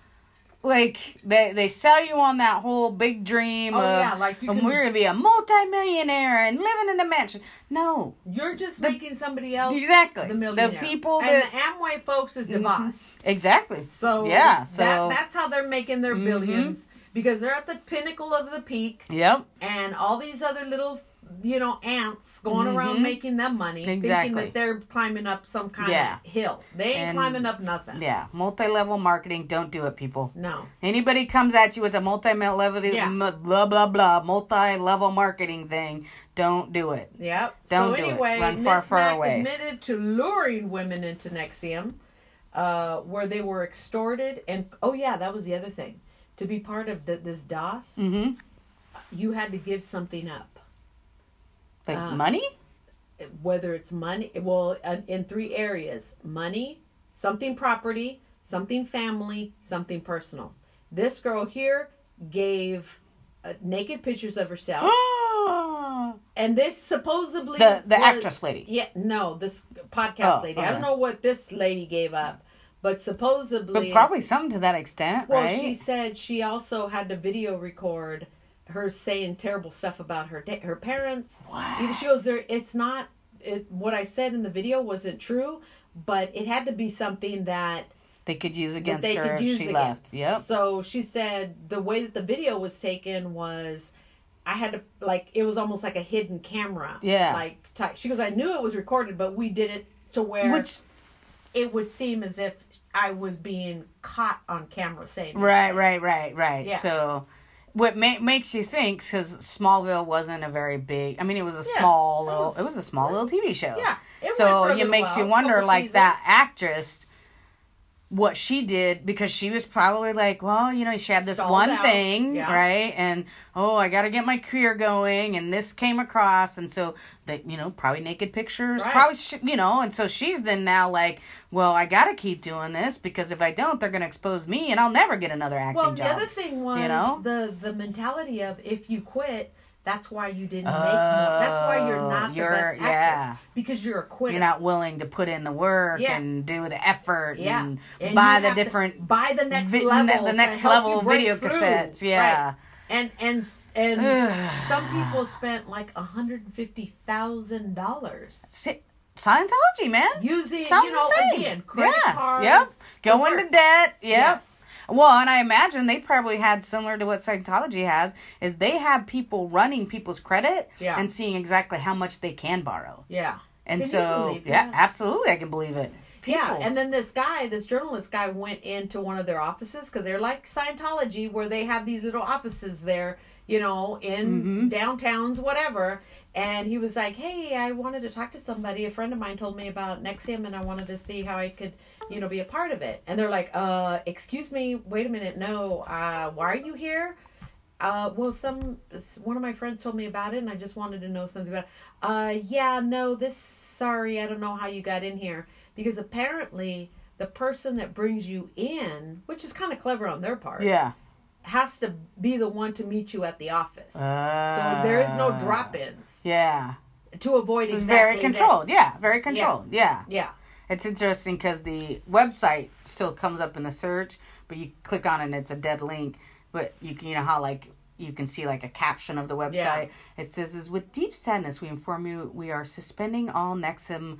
Like they they sell you on that whole big dream
Oh,
of
yeah, like you
"Um,
can-
we're gonna be a multimillionaire and living in a mansion. No,
You're just making somebody else
exactly. The,
the millionaire.
people
and
that
the Amway folks is DeVos.
exactly.
So
yeah, so Mm-hmm.
that, that's how they're making their 1000000000s because they're at the pinnacle of the peak,
yep.
and all these other little you know, ants going around making them money, thinking
Mm-hmm. Exactly.
that they're climbing up some kind
Yeah.
of hill. They ain't
And-
climbing up nothing.
Yeah, multi-level marketing. Don't do it, people.
No.
Anybody comes at you with a multi-level,
Yeah.
m- blah blah blah, multi-level marketing thing. Don't do it.
Yep.
Don't
so
do it.
anyway,
Run
Miss
far, far
Mac
away.
admitted to luring women into Nexium, uh, where they were extorted and oh yeah, that was the other thing. To be part of the, this DOS,
Mm-hmm.
you had to give something up.
Like
Uh,
money.
whether it's money well uh, in three areas money something property something family something personal this girl here gave uh, naked pictures of herself Ah. and this supposedly
the the
was-
actress lady.
yeah no this
Oh,
podcast lady i
okay.
don't know what this lady gave up but supposedly
But probably something to that extent,
well
right?
she said she also had to video record her saying terrible stuff about her da- her parents
Wow.
even she goes there it's not it, what i said in the video wasn't true but it had to be something that,
They could use
that
against
they
her
could
if
use
she
against.
left. Yep.
so she said the way that the video was taken was i had to like it was almost like a hidden camera
Yeah.
like ty- she goes i knew it was recorded but we did it to where
Which
it would seem as if i was being caught on camera saying it.
right, right, right, right.
Yeah.
So what ma- makes you think because Smallville wasn't a very big. I mean, it was a
Yeah,
small
it
little.
was-
it was a small little TV show.
yeah it
so
went for a
it
little
makes you
while,
wonder
couple
like that
seasons.
actress what she did because she was probably like well you know she had this
Stalled
one
out,
thing
yeah.
right and oh i gotta get my career going and this came across and so that you know probably naked pictures
Right.
probably sh- you know and so she's then now like well i gotta keep doing this because if i don't they're gonna expose me and i'll never get another acting
Well, the
job
other thing was
know?
the the mentality of if you quit, that's why you didn't make more. That's why you're
Oh,
not
you're-
the best actress
yeah.
because you're a quitter.
you're not willing to put in the work
Yeah.
and do the effort
yeah.
and,
And
buy
you
the
have to
different
buy the next
vi-
level,
ne- the
to
next
help you
level
break
video
through.
cassettes, yeah.
Right. And and s- and some people spent like a hundred and fifty thousand dollars
Si- Scientology, man.
using
Sounds
you know
insane.
again credit
yeah.
cards.
Yep.
to
Go
work.
into debt. Yep.
Yes.
Well, and I imagine they probably had similar to what Scientology has, is they have people running people's credit
Yeah.
and seeing exactly how much they can borrow.
Yeah.
And
Can you
so,
believe
yeah,
that?
absolutely, I can believe it.
Yeah,
People.
and then this guy, this journalist guy, went into one of their offices because they're like Scientology, where they have these little offices there, you know, in downtowns, whatever. And he was like, "Hey, I wanted to talk to somebody. A friend of mine told me about Nexium, and I wanted to see how I could, you know, be a part of it." And they're like, "Uh, excuse me, wait a minute, no. Uh, why are you here?" Uh, well, some s- one of my friends told me about it, and I just wanted to know something about. It. Uh, yeah, no, this. Sorry, I don't know how you got in here because apparently the person that brings you in, which is kind of clever on their part,
Yeah.
has to be the one to meet you at the office.
Uh,
so there is no drop-ins
Yeah.
to avoid.
It's
exactly
very controlled.
this.
Yeah, very controlled. yeah.
Yeah.
It's interesting because the website still comes up in the search, but you click on it and it's a dead link. But you can, you know how like you can see like a caption of the website.
Yeah.
It says, "Is with deep sadness we inform you we are suspending all Nexum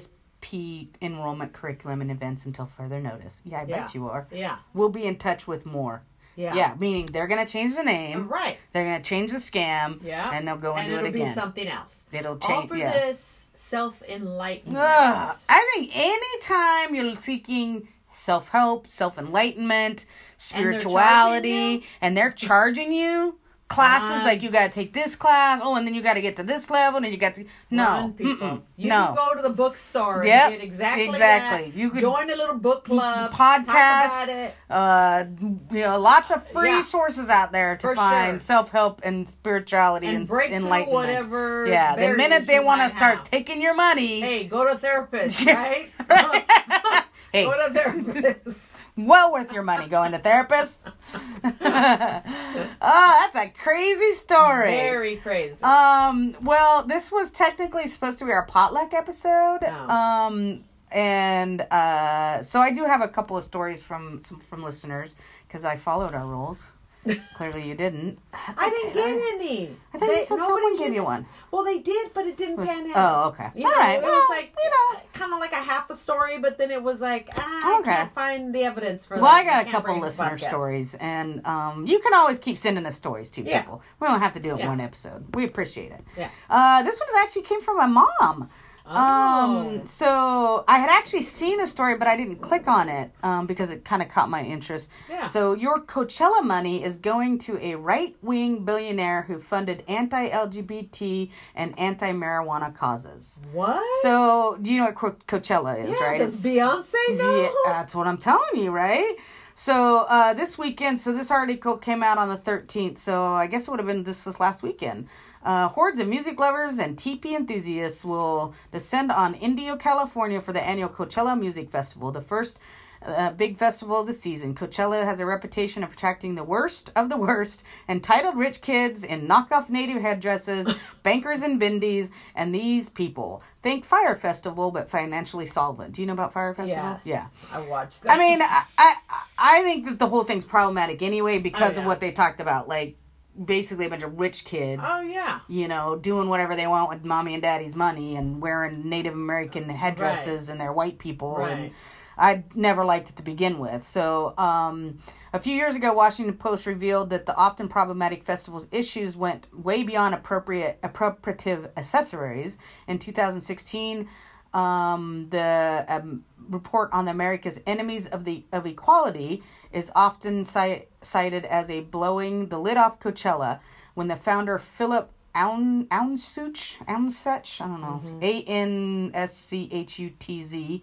ESP enrollment curriculum and events until further notice." Yeah, I
Yeah.
bet you are.
Yeah.
We'll be in touch with more.
Yeah.
meaning they're gonna change the name.
Right.
They're gonna change the scam.
Yeah.
and they'll go
And
into
it'll
it again.
be something else.
It'll
All
change.
for
Yeah. Ah.
this self-enlightenment.
Ugh, I think anytime you're seeking self help, self enlightenment,
charging
spirituality, and they're charging you classes
Run.
like you got to take this class, oh, and then you got to get to this level, and then you got to
Run,
no,
people.
mm-mm,
You
no.
can go to the bookstore
Yep,
and get exactly
exactly.
That.
You could-
join a little book club,
podcast,
talk about it.
uh, you know, lots of free
Yeah.
sources out there to
For
find
sure.
self help and spirituality and,
and
s-
break through
enlightenment.
whatever.
yeah, the
barriers
minute they
you
want to
might
start
have.
taking your money,
hey, go to a therapist,
Yeah.
right?
Hey.
go to a therapist.
well worth your money going to therapists. oh, that's a crazy story.
Very crazy.
Um, well, this was technically supposed to be our potluck episode.
Oh.
Um, and uh, so I do have a couple of stories from some, from listeners because I followed our rules. Clearly, you didn't. That's
I
okay.
didn't get any.
I thought
They-
you said
nobody
someone gave
used-
you one.
Well, they did, but it didn't
Was-
pan out.
oh, okay.
You
All
know,
right.
It
well,
was like
you know.
kind of like a half a story, but then it was like ah,
Okay.
I can't find the evidence for
Well, I
that.
got a
can't
couple
bring the
listener
podcast.
stories, and um, you can always keep sending us stories to
Yeah.
people. We don't have to do it
Yeah.
one episode. We appreciate it.
Yeah.
Uh, this one actually came from my mom.
Oh.
Um, so I had actually seen a story, but I didn't click on it um, because it kind of caught my interest.
Yeah.
So your Coachella money is going to a right-wing billionaire who funded anti-LGBT and anti-marijuana causes.
What?
So do you know what Co- Coachella is,
yeah,
right? It's-
does
uh,
Beyonce know?
yeah, that's what I'm telling you, right? So uh, this weekend, so this article came out on the 13th, so I guess it would have been just this last weekend. Uh, hordes of music lovers and TP enthusiasts will descend on Indio, California for the annual Coachella Music Festival, the first uh, big festival of the season. Coachella has a reputation of attracting the worst of the worst, entitled rich kids in knockoff native headdresses, bankers and bindies, and these people. Think Fire Festival, but financially solvent. Do you know about Fire Festival?
Yes.
Yeah.
I watched that.
I mean, I, I I think that the whole thing's problematic anyway because of
Oh, yeah.
what they talked about. Like, basically a bunch of rich kids
oh yeah.
you know, doing whatever they want with mommy and daddy's money and wearing Native American headdresses and they're white people. And
Right.
I never liked it to begin with. So, um, a few years ago, Washington Post revealed that the often problematic festival's issues went way beyond appropriate appropriative accessories. In 2016, um, the um, report on America's enemies of the of equality is often ci- cited as a blowing the lid off Coachella when the founder Philip Aun Aunsuch Aunsuch I don't know A N S C H U T Z,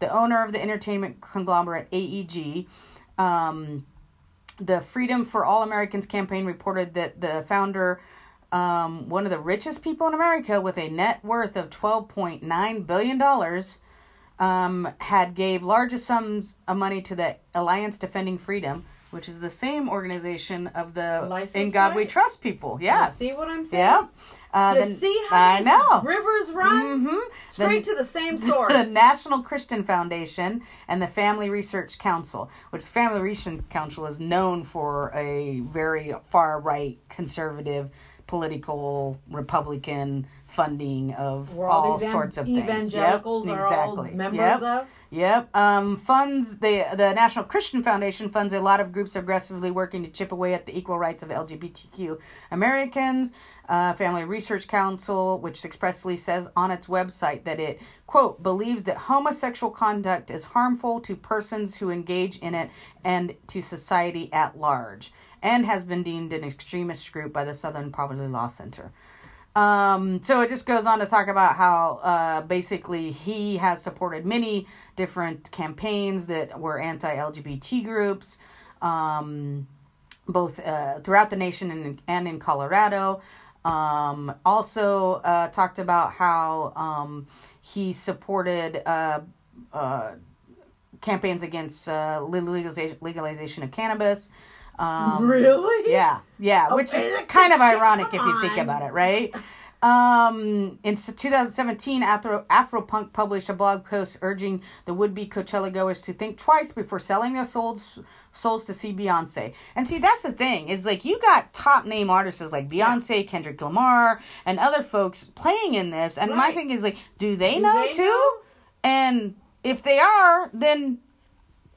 the owner of the entertainment conglomerate AEG. Um, the Freedom for All Americans campaign reported that the founder, um, one of the richest people in America with a net worth of twelve point nine billion dollars, um, had gave larger sums of money to the Alliance Defending Freedom, which is the same organization of the
Licensed
In God We
right?
Trust people. Yes.
See what I'm saying?
Yeah. Uh,
You
the-
see how
I
these
know.
rivers run
Mhm.
straight to the same source.
The National Christian Foundation and the Family Research Council, which Family Research Council is known for a very far right conservative political Republican funding of
Where
all,
all these
sorts of things. Yep,
evangelicals are all
exactly.
members
Yep.
of.
Yep. Um, funds the the National Christian Foundation funds a lot of groups aggressively working to chip away at the equal rights of LGBTQ Americans. Uh, Family Research Council, which expressly says on its website that it quote believes that homosexual conduct is harmful to persons who engage in it and to society at large, and has been deemed an extremist group by the Southern Poverty Law Center. Um, so it just goes on to talk about how uh, basically he has supported many different campaigns that were anti LGBT groups, um, both uh, throughout the nation and, and in Colorado. Um, also, uh, talked about how um, he supported. Uh, uh, campaigns against uh, legalization, legalization of cannabis. Um,
really?
yeah, yeah,
Oh,
which
is
is
it
kind of
good shit?
ironic if
Come
you think
on.
about it, right? Um, in s- 2017, Afro Afropunk published a blog post urging the would-be Coachella goers to think twice before selling their souls souls to see Beyonce. And see, that's the thing is like you got top name artists like Beyonce, Kendrick Lamar, and other folks playing in this. And my
Right.
thing is like, do they know
they
too?
know?
And if they are, then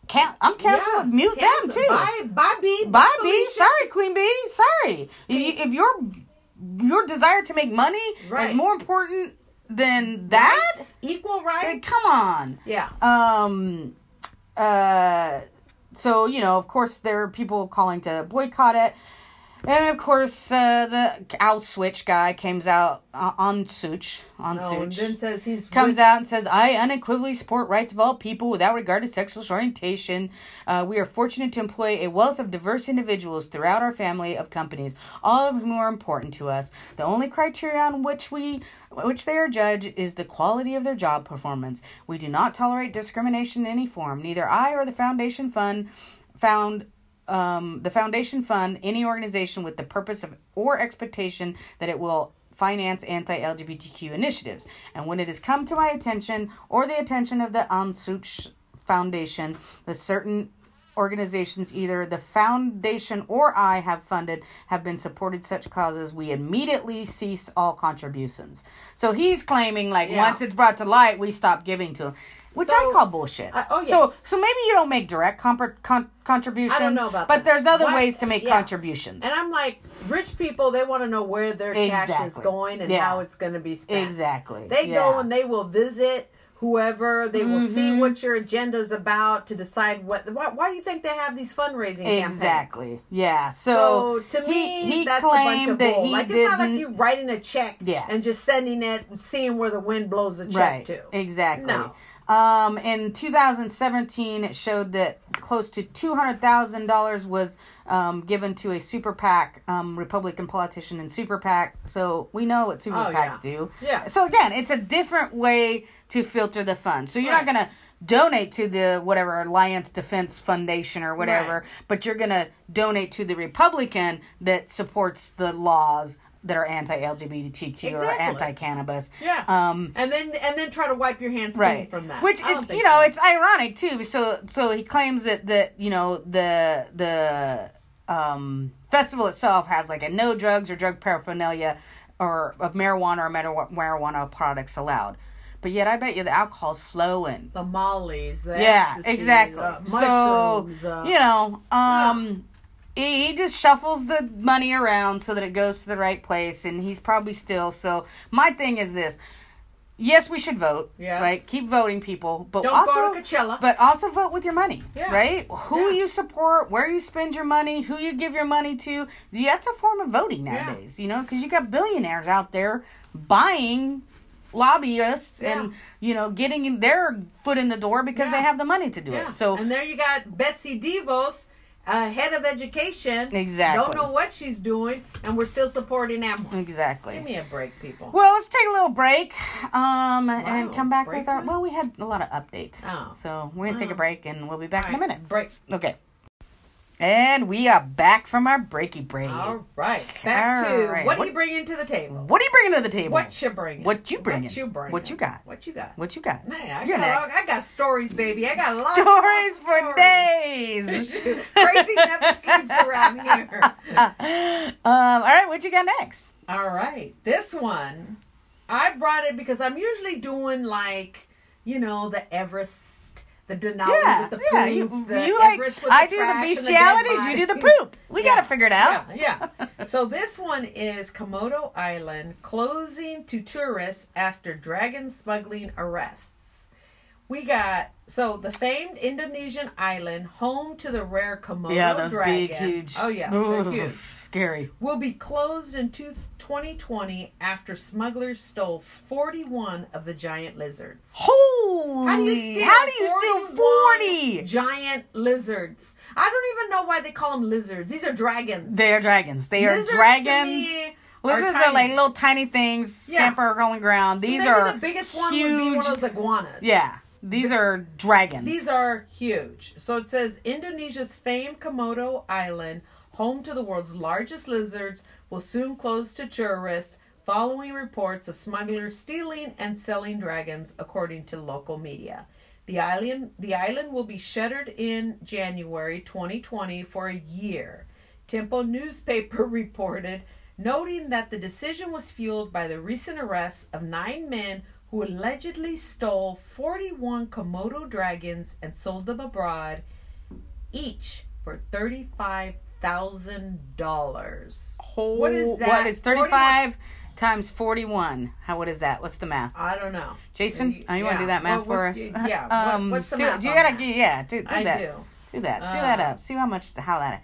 can't I'm
Yeah,
canceling mute them
cancel.
too.
Bye, bye, B.
Bobby,
Felicia.
sorry, Queen Bee, sorry. Y- If your your desire to make money is
Right.
more important than that,
Rights, equal
then
rights.
come on.
Yeah.
Um, uh, so you know, of course, there are people calling to boycott it, and of course, uh, the Al Switch guy comes out uh, on Such on
Oh, and
Such
then says he's
comes out and says, I unequivocally support rights of all people without regard to sexual orientation. Uh, we are fortunate to employ a wealth of diverse individuals throughout our family of companies, all of whom are important to us. The only criteria on which we which they are judged is the quality of their job performance. We do not tolerate discrimination in any form. Neither I or the Foundation Fund found um, the foundation fund any organization with the purpose of or expectation that it will finance anti-LGBTQ initiatives. And when it has come to my attention or the attention of the Ansuch Foundation, the certain organizations either the foundation or I have funded have been supported such causes, we immediately cease all contributions. So he's claiming like
Yeah.
once it's brought to light, we stop giving to him. Which I
So-
call bullshit.
I- oh, yeah.
So so maybe you don't make direct compre- con- contributions.
know about
but
that.
there's other
Why-
ways to make
yeah.
contributions.
And I'm like, rich people, they want to know where their cash is
Exactly.
going and
Yeah.
how it's going to be spent.
Exactly.
They
Yeah. Mm-hmm.
go and they will visit whoever. They will see what your agenda is about to decide what. Why, why do you think they have these fundraising campaigns?
Exactly. Yeah. So,
So to
he,
me,
he
that's
claimed
a bunch of
that
bull.
he
like
didn't.
it's not like you writing a check
Yeah.
and just sending it, and seeing where the wind blows the check
right.
to.
Exactly.
No.
Um, in 2017, it showed that close to $200,000 was um, given to a super PAC, um, Republican politician in super PAC. So we know what super
Oh,
PACs
yeah.
do.
Yeah.
So again, it's a different way to filter the funds. So you're not
Right.
going to donate to the whatever Alliance Defense Foundation or whatever, but you're going to donate to the Republican that supports the laws that are anti-LGBTQ or
Exactly.
anti-cannabis.
Yeah.
Um,
and then and then try to wipe your hands clean
right
from that.
which
I don't
it's
think
you know
so.
it's ironic too so so he claims that that you know the the um festival itself has like a no drugs or drug paraphernalia or of marijuana or mar- marijuana products allowed but yet i bet you the alcohol's flowing
the mollies, the
yeah
ecstasy,
exactly
the
so
mushrooms. uh,
you know um he, he just shuffles the money around so that it goes to the right place and he's probably still so my thing is this yes we should vote
Yeah.
right keep voting people but
Don't
also
go to Coachella.
but also vote with your money
Yeah.
right who
Yeah.
you support where you spend your money who you give your money to Yeah, that's a form of voting nowadays you know because you got billionaires out there buying lobbyists and you know getting their foot in the door because
Yeah.
they have the money to do
Yeah.
it so
and there you got Betsy DeVos, uh, head of education.
Exactly.
Don't know what she's doing, and we're still supporting Amway.
exactly
Give me a break, people.
Well, let's take a little break um, and
Wow,
come back
break
with our.
time?
Well, we had a lot of updates.
Oh.
So we're going to take a
Wow.
break and we'll be back in a
All right,
minute.
Break.
Okay. And we are back from our breaky break.
All right. Back
All
to
right.
what,
What-
are you bringing to the table?
What are you bringing to the table?
What you bringing?
What you bringing?
What you bringing?
What you got?
What you got?
What you got?
Man, I,
You're
got
next.
I got stories, baby. I got lots of
Stories for
stories.
days.
Crazy never sleeps around here.
um, all right, what you got next?
All right. This one, I brought it because I'm usually doing like, you know, the Everest, the Denali
Yeah,
with the poop.
yeah. You,
the
you like
Everest with
I
the
do
trash
the
and dead
bestialities, you do the
body.
poop. We
Yeah,
got to figure it out.
Yeah, yeah. so this one is Komodo Island closing to tourists after dragon smuggling arrests. We got so the famed Indonesian island, home to the rare Komodo
Yeah, those
dragon.
big, huge.
Oh yeah,
Ooh,
they're huge
Scary.
will be closed in two- 2020 after smugglers stole 41 of the giant lizards.
Holy!
How do you steal,
how do you steal 40?
41 giant lizards? I don't even know why they call them lizards. These are dragons.
They are dragons. They are
Lizards to
dragons.
me are
Lizards are,
tiny.
like little tiny things,
Yeah.
scamper on the ground. These
Maybe
are
the biggest one
huge.
would be one of those iguanas.
yeah, these are dragons.
These are huge. So it says Indonesia's famed Komodo Island, home to the world's largest lizards, will soon close to tourists following reports of smugglers stealing and selling dragons, according to local media. The island, the island will be shuttered in January 2020 for a year. Tempo newspaper reported, noting that the decision was fueled by the recent arrests of nine men who allegedly stole 41 Komodo dragons and sold them abroad, each for $35,000.
Whole-
what is that?
What is thirty-five times forty-one? How? What is that? What's the math?
I don't know.
Jason,
Y-
oh, you want to do
Uh, yeah.
that math
What
for us? Um,
was- Yeah. what- what's the
do,
math
do you
on
gotta,
that?
yeah, do, do
I
that.
do.
Do that. Do that
Uh.
up. See how much, how that.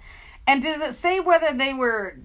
And does it say whether they were?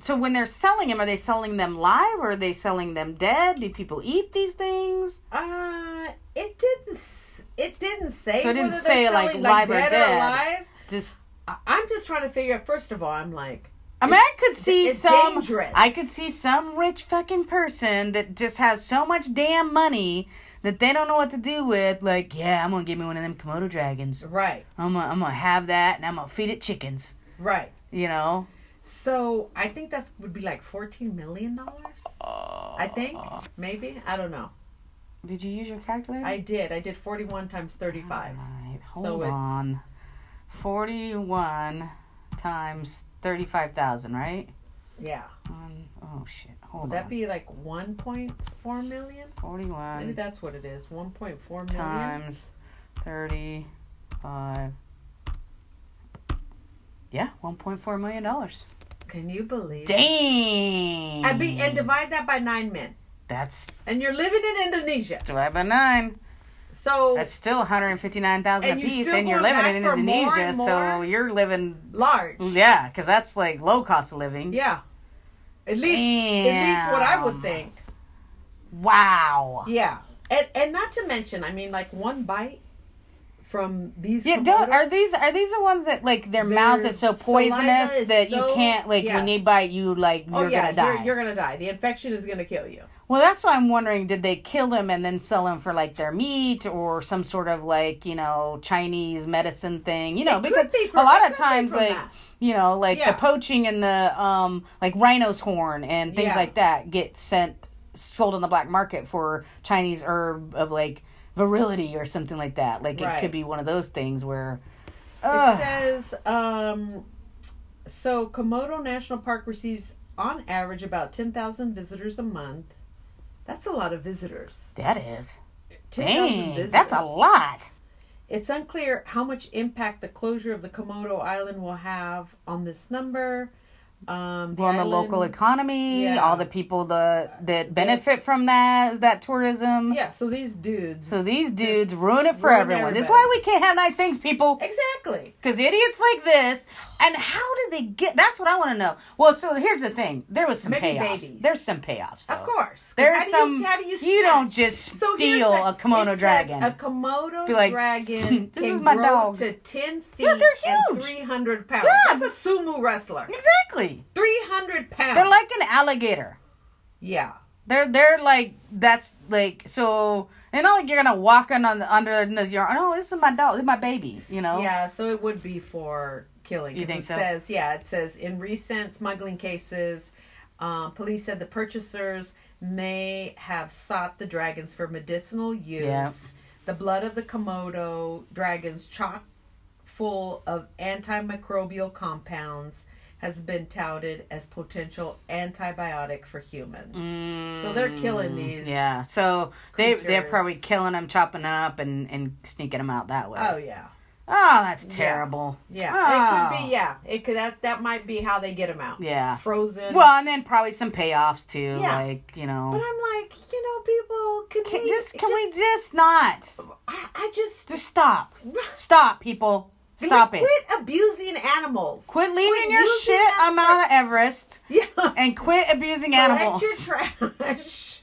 So when they're selling them, are they selling them live or are they selling them dead? Do people eat these things?
Uh, it didn't. s- It didn't say.
So it didn't
whether
say,
they're
like,
selling,
live or dead.
alive.
Just,
I- I'm just trying to figure. out, First of all, I'm like,
I mean, I could see
it's
some.
dangerous.
I could see some rich fucking person that just has so much damn money that they don't know what to do with. Like, yeah, I'm gonna give me one of them Komodo dragons.
right,
I'm gonna, I'm gonna have that, and I'm gonna feed it chickens.
right.
You know.
So I think that would be like 14 million dollars. I think maybe I don't know.
Did you use your calculator?
I did. I did 41 times 35.
All right, hold
So it's-
on. 41 times 35,000, right?
Yeah.
One, oh shit. Hold
Would
on.
that be like 1.4 million? Maybe
41
that's what it is. 1.4 million.
times 35 Yeah, 1.4 million dollars.
Can you believe? it?
Dang.
And, be, and divide that by nine men.
That's
And you're living in Indonesia.
divided by 9.
So
That's still 159,000
And
a
you're
piece
still
and you're
going
living
back
in
for more
Indonesia,
and
so
more?
you're living
large.
yeah, cuz that's like low cost of living.
Yeah. At least at least what I
Damn.
would think.
Wow.
Yeah. And and not to mention, I mean like one bite from these
Yeah, don't
Komodo-
are these are these the ones that like their,
Their
mouth is so
saliva
poisonous
is
that you
so-
can't like when you
yes.
bite you like you're
oh, yeah,
gonna die.
You're, you're gonna die. The infection is gonna kill you.
Well, that's why I'm wondering: did they kill him and then sell him for like their meat or some sort of like you know Chinese medicine thing? You know,
It could
because
be from-
a
it
lot
could
of
be
times
from
like
that.
you know like
Yeah.
the poaching and the um like rhino's horn and things
Yeah.
like that get sent sold on the black market for Chinese herb of like virility or something like that. Like it
Right.
could be one of those things where.
It
Ugh.
says, um, so Komodo National Park receives on average about 10,000 visitors a month. That's a lot of visitors.
That is.
10,000
Dang, that's a
visitors.
lot.
It's unclear how much impact the closure of the Komodo Island will have on this number. Um,
Well, on the local
island-
economy,
Yeah.
all the people that that benefit from that that tourism.
Yeah, so these dudes.
So these dudes
just
ruin it for
ruin
everyone. That's
everybody.
why we can't have nice things, people.
Exactly.
Because idiots like this, and how do they get? That's what I want to know. Well, so here's the thing: there was some
Maybe
payoffs.
babies.
There's some payoffs.
Of
though.
course. 'Cause
Oh. There's
how do you-
some.
how do
you,
you
don't
snatch-
just
So here's
steal
the-
a Komodo
it says
dragon.
A Komodo
Be like,
dragon.
"This
can
is my
grow
dog."
To ten feet.
Yeah, they're
and
huge.
300 pounds.
Yeah.
That's a sumo wrestler.
exactly.
300 pounds.
They're like an alligator.
Yeah.
They're they're like that's like so. And not like you're gonna walk in on the, under the, your. Oh, this is my dog. This is my baby. You know.
Yeah, so it would be for killing.
Oh. You
'cause
think
it
so?
Says yeah, it says in recent smuggling cases, um, police said the purchasers may have sought the dragons for medicinal use.
Yeah.
The blood of the Komodo dragons, chock full of antimicrobial compounds, has been touted as potential antibiotic for humans. So they're killing these.
Mm, Yeah, so they they're
creatures.
probably killing them, chopping them up, and and sneaking them out that way.
Oh yeah.
Oh, that's terrible.
Yeah, it
Oh.
could be. Yeah, it could. That that might be how they get them out.
Yeah.
frozen.
Well, and then probably some payoffs too,
Yeah.
like you
but
know,
I'm like, you know, people, can,
can,
we
just can we just not
I, I just
just stop, stop, people, stop
Like,
it.
Quit abusing animals.
Quit leaving
quit
your
using
shit
that
on Mount Everest
Yeah,
and quit abusing
collect
animals.
your trash.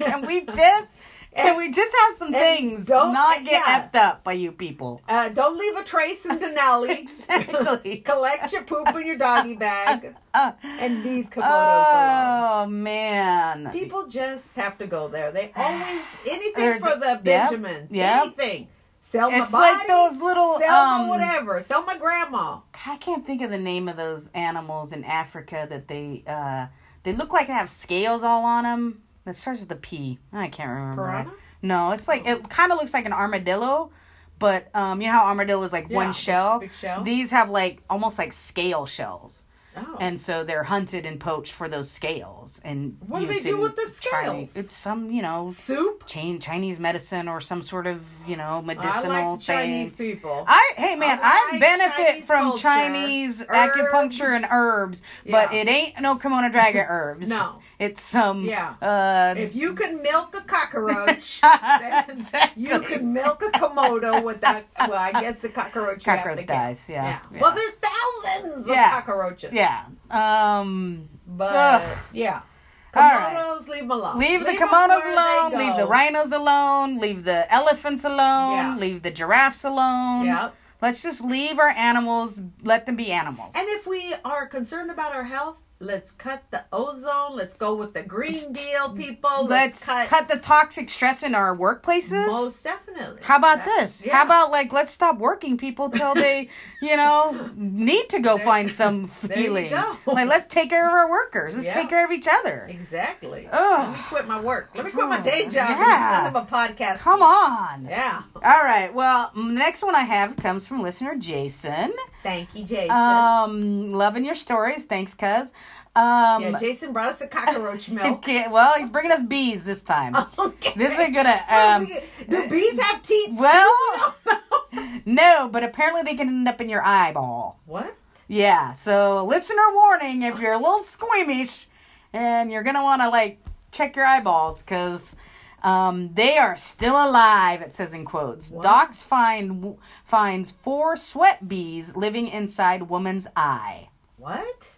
Can we just can we just have some
and
things
don't-
not get
yeah.
effed up by you people?
Uh, don't leave a trace in Denali.
Exactly.
collect your poop in your doggy bag
Uh,
and leave komodos alone.
Oh man.
People just have to go there. They always anything
There's-
for the
yep,
Benjamins.
yep.
Anything. Sell my
It's
body.
like those little,
sell
um,
my whatever. Sell my grandma.
I can't think of the name of those animals in Africa that they uh they look like they have scales all on them. That starts with a P. I can't remember.
Piranha?
No, it's like it kind of looks like an armadillo, but um you know how armadillo is like
Yeah,
one
it's a
shell?
big shell.
These have like almost like scale shells.
Oh.
And so they're hunted and poached for those scales. And
What do they
used
do
in
with the
Chinese-
scales?
It's some, you know,
soup.
Chin- Chinese medicine or some sort of, you know,
I
medicinal
like the
thing.
Chinese people.
I hey man, I,
like
benefit
Chinese
from
culture,
Chinese acupuncture and herbs, but
Yeah.
it ain't no Komodo dragon herbs.
No.
it's some
Yeah.
uh,
if you can milk a cockroach, then
Exactly.
you can milk a komodo with that. Well, I guess the cockroach. you have
Cockroach
to get.
dies, yeah, yeah.
Well, there's thousands
Yeah.
of cockroaches.
yeah. Um,
But
Ugh.
yeah.
All right.
Komodos, leave them alone.
leave, the
'em
komodos
where
alone.
they
Leave the
go.
rhinos alone. Leave the elephants alone.
Yeah.
Leave the giraffes alone.
Yep.
Let's just leave our animals. Let them be animals.
And if we are concerned about our health, Let's cut the ozone. Let's go with the Green Deal, people.
Let's cut, the toxic stress in our workplaces.
Most definitely.
How about
That-
this?
yeah.
How about like let's stop working people till they, you know, need to go find some
there you
feeling.
go.
Like let's take care of our workers. Let's
Yeah.
take care of each other.
Exactly. Let me
Ugh.
quit my work. Let me quit my
Oh,
day job.
yeah.
And send them a podcast.
Come on.
Yeah.
All right. Well, the next one I have comes from listener Jason.
Thank you, Jason.
Um, loving your stories. Thanks, cuz. Um,
yeah, Jason brought us a cockroach milk.
okay, well, he's bringing us bees this time.
Oh, okay.
This is gonna.
Oh,
Um,
we get- do bees have teeth?
well,
No.
no, but apparently they can end up in your eyeball.
what?
Yeah, so listener warning if you're a little squeamish and you're going to want to like check your eyeballs because um, they are still alive, it says in quotes. Docs find finds four sweat bees living inside woman's eye.
What?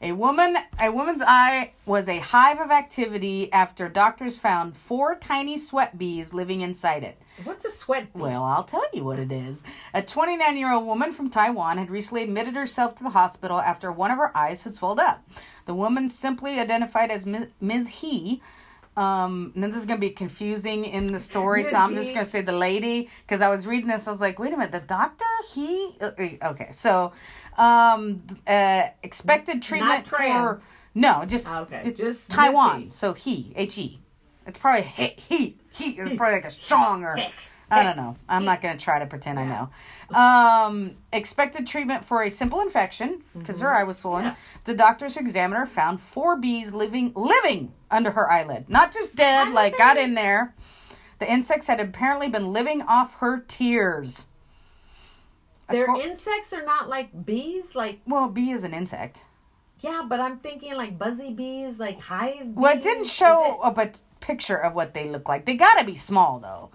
A woman, a woman's eye was a hive of activity after doctors found four tiny sweat bees living inside it.
What's a sweat? bee?
Well, I'll tell you what it is. A 29 year old woman from Taiwan had recently admitted herself to the hospital after one of her eyes had swelled up. The woman, simply identified as Ms. Ms. He, um, and this is going to be confusing in the story, so I'm
Ms.
just
He.
going to say the lady, because I was reading this, I was like, wait a minute, the doctor? He? Uh, uh, Okay, so um, uh, expected treatment for.
trans.
No, just,
Ah, Okay,
it's
just Ms.
Taiwan.
He.
So he, H E. It's probably he, he, he. It's probably like a strong or I don't know. I'm not going to try to pretend I know. Um, expected treatment for a simple infection because her eye was swollen.
Mm-hmm. Yeah.
The doctors who examined her found four bees living living under her eyelid, not just dead.
How
Like
did
got
they-
in there. The insects had apparently been living off her tears.
Their
Acco-
insects are not like bees, like
Well, a bee is an insect.
yeah, but I'm thinking like buzzy bees, like hive. Bees.
Well, it didn't
Is
show a but picture of what they look like. They gotta be small though.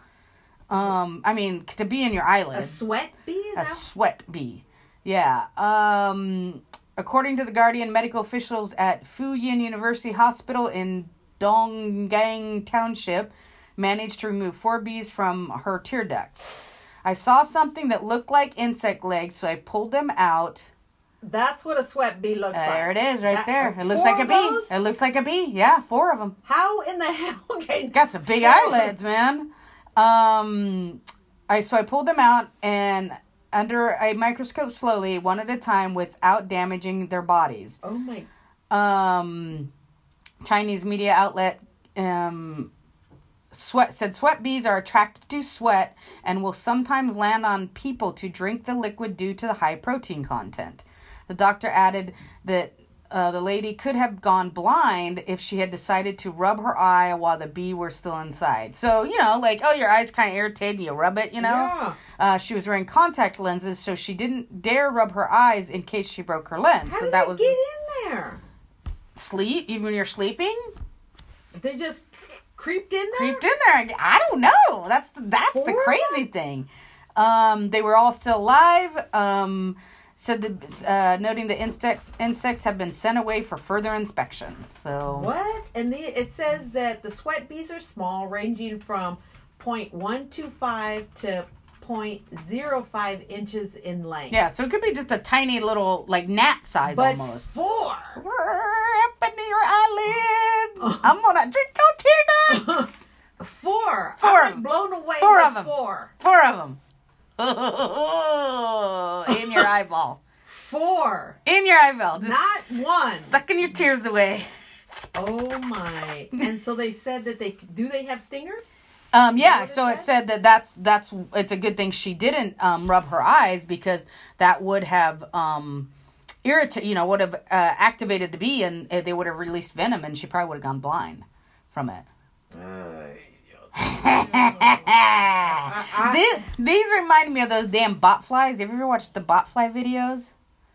Um, I mean, to be in your eyelid.
a sweat bee. Is
a
that-
sweat bee. Yeah. Um, according to the Guardian, medical officials at Fujian University Hospital in Donggang Township managed to remove four bees from her tear duct. I saw something that looked like insect legs, so I pulled them out.
That's what a sweat bee looks like.
There it is, right
That-
there. It looks
four
like a
of
bee.
those?
It looks like a bee. Yeah, four of them.
How in the hell? Okay,
Got some big eyelids, man. Um, I so I pulled them out and under a microscope slowly, one at a time, without damaging their bodies.
Oh my!
Um, Chinese media outlet um, sweat said sweat bees are attracted to sweat and will sometimes land on people to drink the liquid due to the high protein content. The doctor added that uh, the lady could have gone blind if she had decided to rub her eye while the bee were still inside. So you know, like oh, your eye's kind of irritated, you rub it, you know.
Yeah.
Uh, she was wearing contact lenses, so she didn't dare rub her eyes in case she broke her lens.
How
so
did
that
they
was
get in there?
sleep even when you're sleeping
They just creeped in there.
creeped in there I- i don't know that's the, that's the
Horrible.
crazy thing um they were all still alive um said the uh noting the insects insects have been sent away for further inspection so
What? And the, it says that the sweat bees are small, ranging from 0.125 to 0.05 inches in length.
yeah so it could be just a tiny little like gnat size
but
almost
four.
up into your eyelid i'm gonna drink your tear ducts
Four.
Four
I'm
of 'em.
like blown away.
Four
with
of 'em.
Four.
four of them in your eyeball
Four.
in your eyeball just
Not one.
sucking your tears away.
Oh my! And so they said that they do. They have stingers.
Um, yeah,
what it
so it
said?
said that that's that's it's a good thing she didn't um, rub her eyes because that would have um, irritate you know would have uh, activated the bee and uh, they would have released venom and she probably would have gone blind from it. Thi- these remind me of those damn bot flies. Have you ever watched the bot fly videos?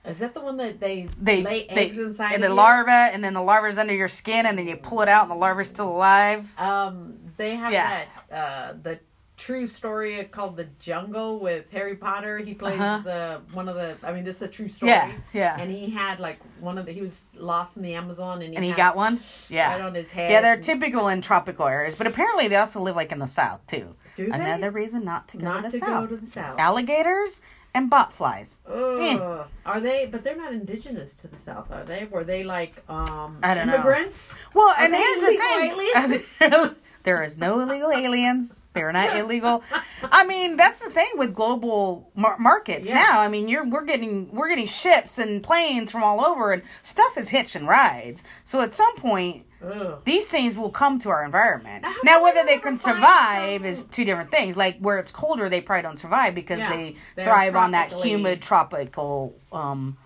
Is that the one that they
They
lay
they-
eggs inside?
and the
of you?
larva and then the larva's under your skin and then you pull it out and the larva's still alive.
Um, they have
Yeah.
that uh, the true story called The Jungle with Harry Potter. He plays
Uh-huh.
the one of the. I mean, this is a true story.
Yeah, yeah.
And he had like one of the. He was lost in the Amazon, and he,
And he
had
got one? Yeah.
Right on his head.
Yeah, they're typical in tropical areas, but apparently they also live like in the south too.
Do they?
Another reason not to go
Not
to the
to go
south.
to the south. Oh.
Alligators and botflies.
Ugh. Are they? But they're not indigenous to the South, are they? Were they like um
I don't know.
immigrants?
Well, and
they
here's the
illegal
thing. there is no illegal aliens. They're not illegal. I mean, that's the thing with global mar- markets
Yeah.
now. I mean, you're we're getting we're getting ships and planes from all over, and stuff is hitch and rides. So at some point,
Ugh.
these things will come to our environment.
Now, how
Now,
come
whether
they
they can
never find
survive
some-
is two different things. Like where it's colder, they probably don't survive because
Yeah,
they
they're
thrive on that
tropically-
humid tropical. Um,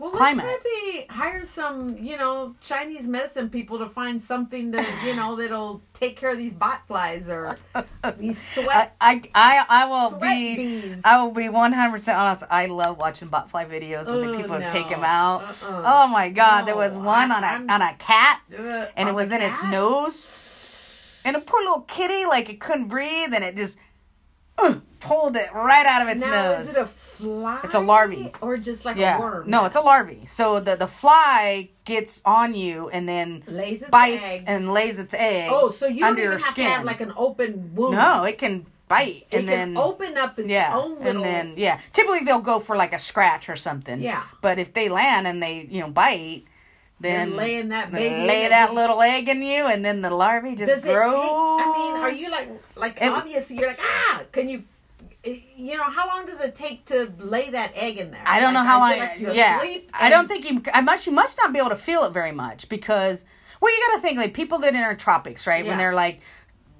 Well,
climate.
let's maybe hire some, you know, Chinese medicine people to find something to, you know, that'll take care of these bot flies or these
I,
sweat.
I, I, I will
Sweat
be
bees.
I will be one hundred percent honest. I love watching botfly videos when the
Oh,
people
no.
take them out.
Uh-uh.
Oh my god, there
No,
was one
I-
on a
I'm-
on a cat,
Ugh,
and it
on
was
the
in its
cat?
nose, and a poor little kitty like it couldn't breathe, and it just uh, pulled it right out of Uh, its
Now,
nose.
is it a fly?
It's a larvae.
Or just like
yeah,
a worm?
no, it's a larvae. So the the fly gets on you and then
Lays its
bites
eggs.
and lays its egg.
Oh, so you
under
don't
your
even have
skin.
to have like an open wound.
no, it can bite
It
and
can
then
open up its
Yeah,
own
and
little.
then yeah, typically they'll go for like a scratch or something.
Yeah.
but if they land and they you know bite, then
They're laying that
they
baby
lay
in
that
the-
little egg in you, and then the larvae just
Does it
grows.
take? I mean, are you like like
It-
obviously you're like ah? Can you? eh, You know, how long does it take to lay that egg in there?
I don't know
Like,
how
is
long.
it like you're
yeah,
asleep
I don't
and-
think you. I must. You must not be able to feel it very much because. Well, you got to think like people that are in tropics, right? When
Yeah.
they're like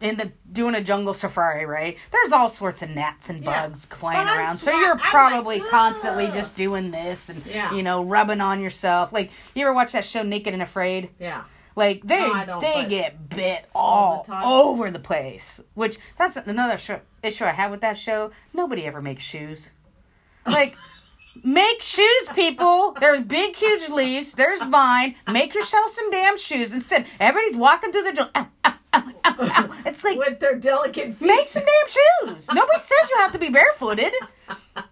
in the doing a jungle safari, right? There's all sorts of gnats and
Yeah.
bugs flying
But I'm
around, so
swa-
you're
I'm like,
probably constantly
"Ugh."
just doing this and
Yeah.
you know rubbing on yourself. Like you ever watch that show Naked and Afraid?
Yeah.
Like they
No, I don't,
they
but-
get bit
All
all
the time.
over the place, which that's another sh- issue I have with that show. Nobody ever makes shoes. Like make shoes, people. There's big, huge leaves. There's vine. Make yourself some damn shoes instead. Everybody's walking through the jungle. Ow, ow, ow, ow, ow. It's like
With their delicate feet.
make some damn shoes. Nobody says you have to be barefooted.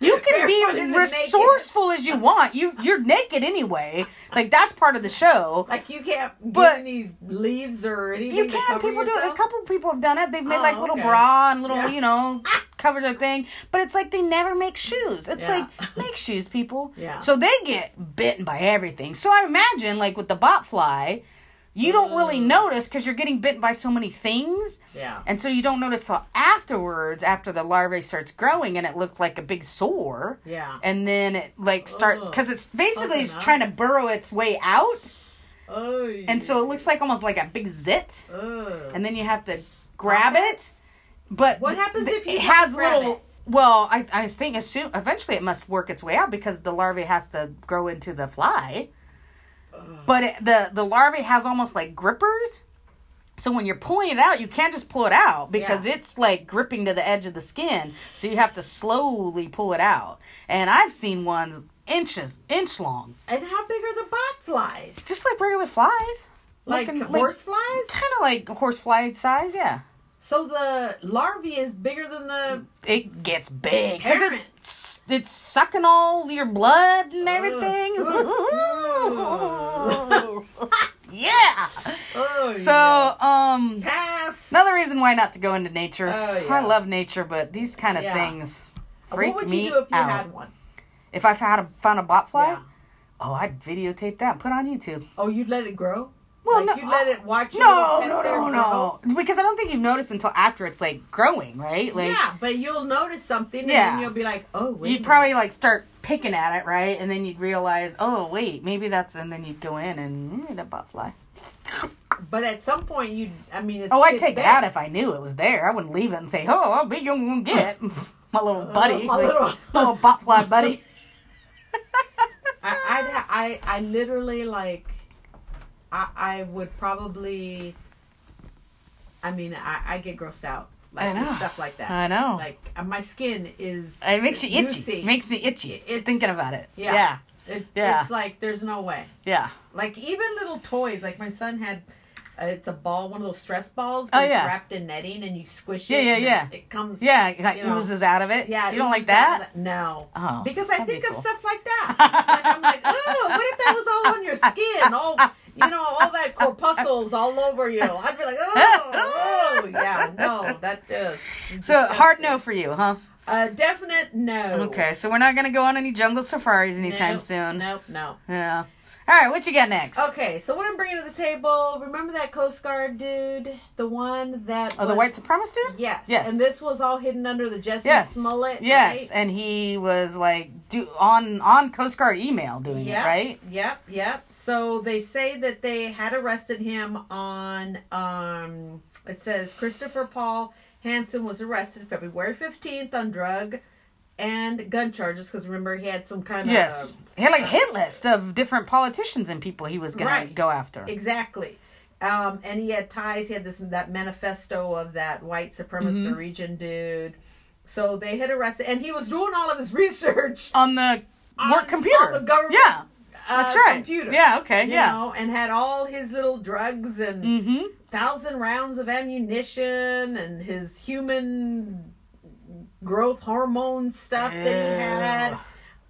You can
Barefooted
be
and
resourceful as you want. You you're naked anyway. Like that's part of the show.
Like you can't
But-
get any leaves or anything.
You
to
can.
cover
People do.
yourself?
A couple people have done it. They've made
Oh,
like little
okay.
bra and little,
Yeah.
you know, cover their thing. But it's like they never make shoes. It's
Yeah.
like make shoes, people.
Yeah.
So they get bitten by everything. So I imagine like with the bot fly, you don't really notice because you're getting bitten by so many things.
Mm. Yeah.
And so you don't notice till afterwards, after the larvae starts growing and it looks like a big sore.
Yeah.
And then it like start
Ugh.
because it's basically
Open
it's
up.
trying to burrow its way out,
Oh.
and so it looks like almost like a big zit
Ugh.
and then you have to grab it. But
What happens if you
it has
grab
little?
it?
Well, I I think assume eventually it must work its way out because the larvae has to grow into the fly. But it, the the larvae has almost like grippers. So when you're pulling it out, you can't just pull it out because
Yeah.
it's like gripping to the edge of the skin. So you have to slowly pull it out. And I've seen ones inches, inch long,
And how big are the bot flies?
just like regular flies,
Like
Looking-
horse flies?
kind of like horsefly size, yeah.
So the larvae is bigger than the.
it gets big because
Parent.
it's it's sucking all your blood and everything.
Ugh.
yeah.
Oh.
So um,
Pass.
another reason why not to go into nature.
Oh, yeah.
I love nature, but these kind of
Yeah.
things freak
What would
me
you do if you
out.
had one?
If I found a, found a botfly,
Yeah.
oh, I'd videotape that, and put it on YouTube.
Oh, you'd let it grow?
Well,
like
no,
you let
I-
it watch. you
No,
sit
no,
there
no,
and grow?
no. Because I don't think you notice until after it's like growing, right? Like,
yeah, but you'll notice something, and
Yeah.
then you'll be like, "Oh, wait."
you'd
a
probably like start picking at it, right? And then you'd realize, oh wait, maybe that's and then you'd go in and mm, the butt fly.
minute." But at some point, you. I mean, it's,
Oh, I'd
it's
take it
bad.
out if I knew it was there. I wouldn't leave it and say, oh, I'll be you gonna get my little buddy,
Uh, my
like,
little-
little butt fly buddy.
I, I'd ha- I I literally like I I would probably I mean I, I get grossed out like
I know.
with stuff like that
I know.
like uh, my skin is
It makes you itchy.
juicy.
It makes me itchy.
It's-
thinking about it.
Yeah.
yeah,
It-
Yeah.
it's like there's no way
yeah.
like even little toys like my son had uh, it's a ball one of those stress balls
Oh,
but it's
yeah.
wrapped in netting and you squish
Yeah,
it
yeah,
and
yeah.
it comes
Yeah, it like,
You know.
oozes out of it.
yeah,
you don't like
it's just
that.
No,
Oh,
because I
that'd be
think of
cool.
stuff like that. Like I'm like, oh, what if that was all on your skin? All you know, all that corpuscles all over you. I'd be like, oh, oh yeah, no, that is
So hard
disgusting.
no for you, huh?
A definite no.
Okay, so we're not gonna go on any jungle safaris anytime
Nope,
soon.
Nope, no.
Yeah. All right, what you got next?
Okay, so what I'm bringing to the table, remember that Coast Guard dude? The one that.
oh, the
was-
white supremacist dude?
Yes.
Yes.
And this was all hidden under the Jesse
Yes.
Smollett.
yes,
Right?
and he was like do on on Coast Guard email doing
Yep,
it right.
Yep, yep. So they say that they had arrested him on. um It says Christopher Paul Hansen was arrested February 15th on drug and gun charges because remember he had some kind
Yes,
of.
he had like a hit list of different politicians and people he was gonna
Right.
go after.
Exactly. Um, and he had ties. He had this that manifesto of that white supremacist
Mm-hmm.
Norwegian dude. So they had arrested, and he was doing all of his research
on the
on-
work computer.
on the government.
Yeah,
uh,
that's right.
Computer.
Yeah, okay,
You
yeah.
know, and had all his little drugs and
Mm-hmm.
thousand rounds of ammunition and his human growth hormone stuff that he had.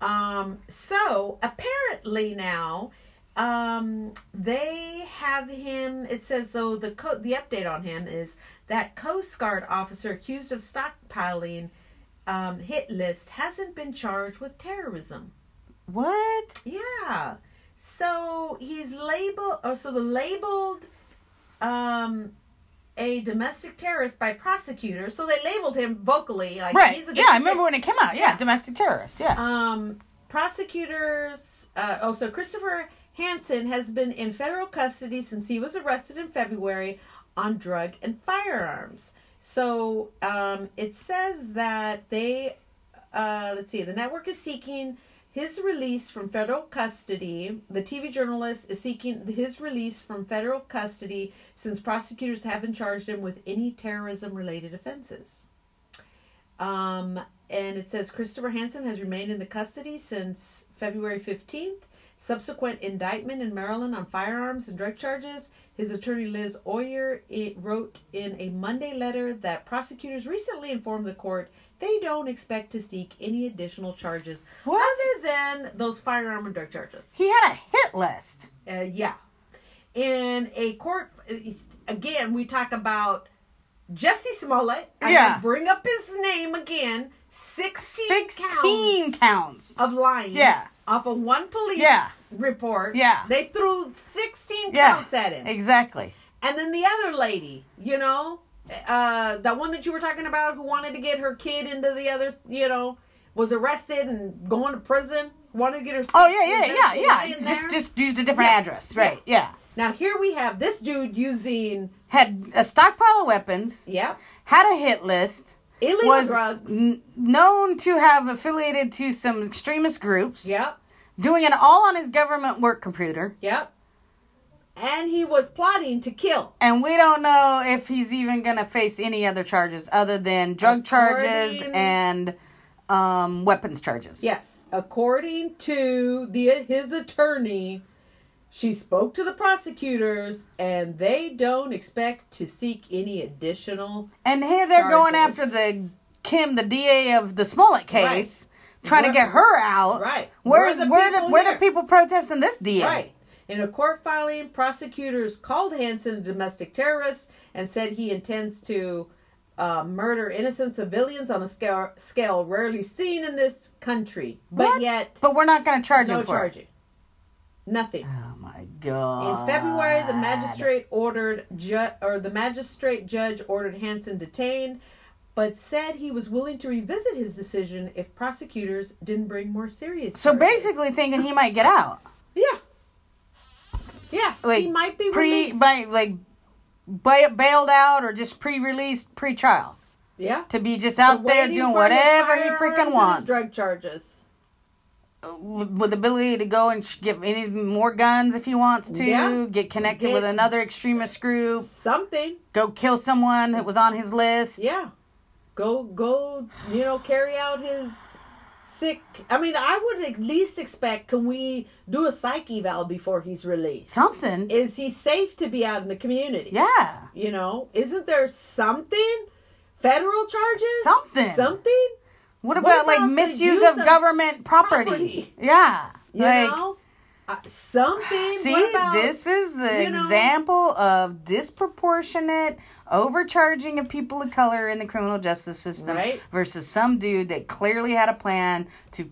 Um, so apparently now, um, they have him. It says so. The co- the update on him is that Coast Guard officer accused of stockpiling um, hit list hasn't been charged with terrorism.
What?
Yeah. So he's labeled, or so the labeled, um, a domestic terrorist by prosecutors. So they labeled him vocally, like
Right.
He's a
yeah, I
domestic-
remember when it came out. Yeah, domestic terrorist. Yeah.
Um, prosecutors. Uh, oh, so Christopher Hansen has been in federal custody since he was arrested in February on drug and firearms. So um, it says that they uh, let's see, the network is seeking his release from federal custody. The TV journalist is seeking his release from federal custody since prosecutors haven't charged him with any terrorism related offenses. Um, and it says Christopher Hansen has remained in the custody since February 15th. Subsequent indictment in Maryland on firearms and drug charges. His attorney Liz Oyer it wrote in a Monday letter that prosecutors recently informed the court they don't expect to seek any additional charges
What?
other than those firearm and drug charges.
he had a hit list.
Uh, yeah. In a court, it's- again, we talk about Jesse Smollett. I'm
Yeah.
gonna bring up his name again. 16,
16
counts Oh,
counts.
of lying.
Yeah.
Off of one police
Yeah.
report.
Yeah.
They threw 16
Yeah.
counts at him.
Exactly.
And then the other lady, you know, uh, that one that you were talking about who wanted to get her kid into the other, you know, was arrested and going to prison. Wanted to get her.
Oh, yeah, yeah, yeah,
in
yeah.
there.
Just just used a different
Yeah.
address. Right. Yeah.
Now here we have this dude using
Had a stockpile of weapons,
yep
had a hit list,
illegal
was
drugs.
n- known to have affiliated to some extremist groups,
Yep,
doing it all on his government work computer.
yep. And he was plotting to kill.
And we don't know if he's even going to face any other charges other than drug charges
According-
and um, weapons charges.
Yes, according to the his attorney, she spoke to the prosecutors, and they don't expect to seek any additional.
And here they're going
Charges.
after the Kim, the DA of the Smollett case, trying to
Where-
get her out.
Right.
Where's
Where are the
where the
people
where
here?
the people protesting this DA?
Right. In a court filing, prosecutors called Hansen a domestic terrorist and said he intends to uh, murder innocent civilians on a scale, scale rarely seen in this country. But
What?
yet,
But we're not going to charge
no
him for it.
charging. Nothing.
Oh my god.
In February, the magistrate ordered ju- or the magistrate judge ordered Hansen detained, but said he was willing to revisit his decision if prosecutors didn't bring more serious.
So
charges.
basically, thinking he might get out.
yeah, yes,
Like
he might be
pre,
released.
by, like ba- bailed out or just pre-released, pre-trial
yeah,
to be just out there
Waiting
doing
for his
whatever he
firearms and
freaking
his
wants.
Drug charges.
with with ability to go and sh- get any more guns if he wants to,
Yeah.
get connected
Get-
with another extremist group,
Something.
go kill someone that was on his list.
Yeah. Go go you know, carry out his sick I mean, I would at least expect can we do a psych eval before he's released?
Something.
Is he safe to be out in the community?
yeah.
You know, isn't there something? Federal charges?
Something.
Something?
What
What
about, like
about the
misuse
use
of
of
government property?
property?
Yeah.
You
like
know? Uh, something.
See,
what about,
this is the
you know-
example of disproportionate overcharging of people of color in the criminal justice system
Right.
versus some dude that clearly had a plan to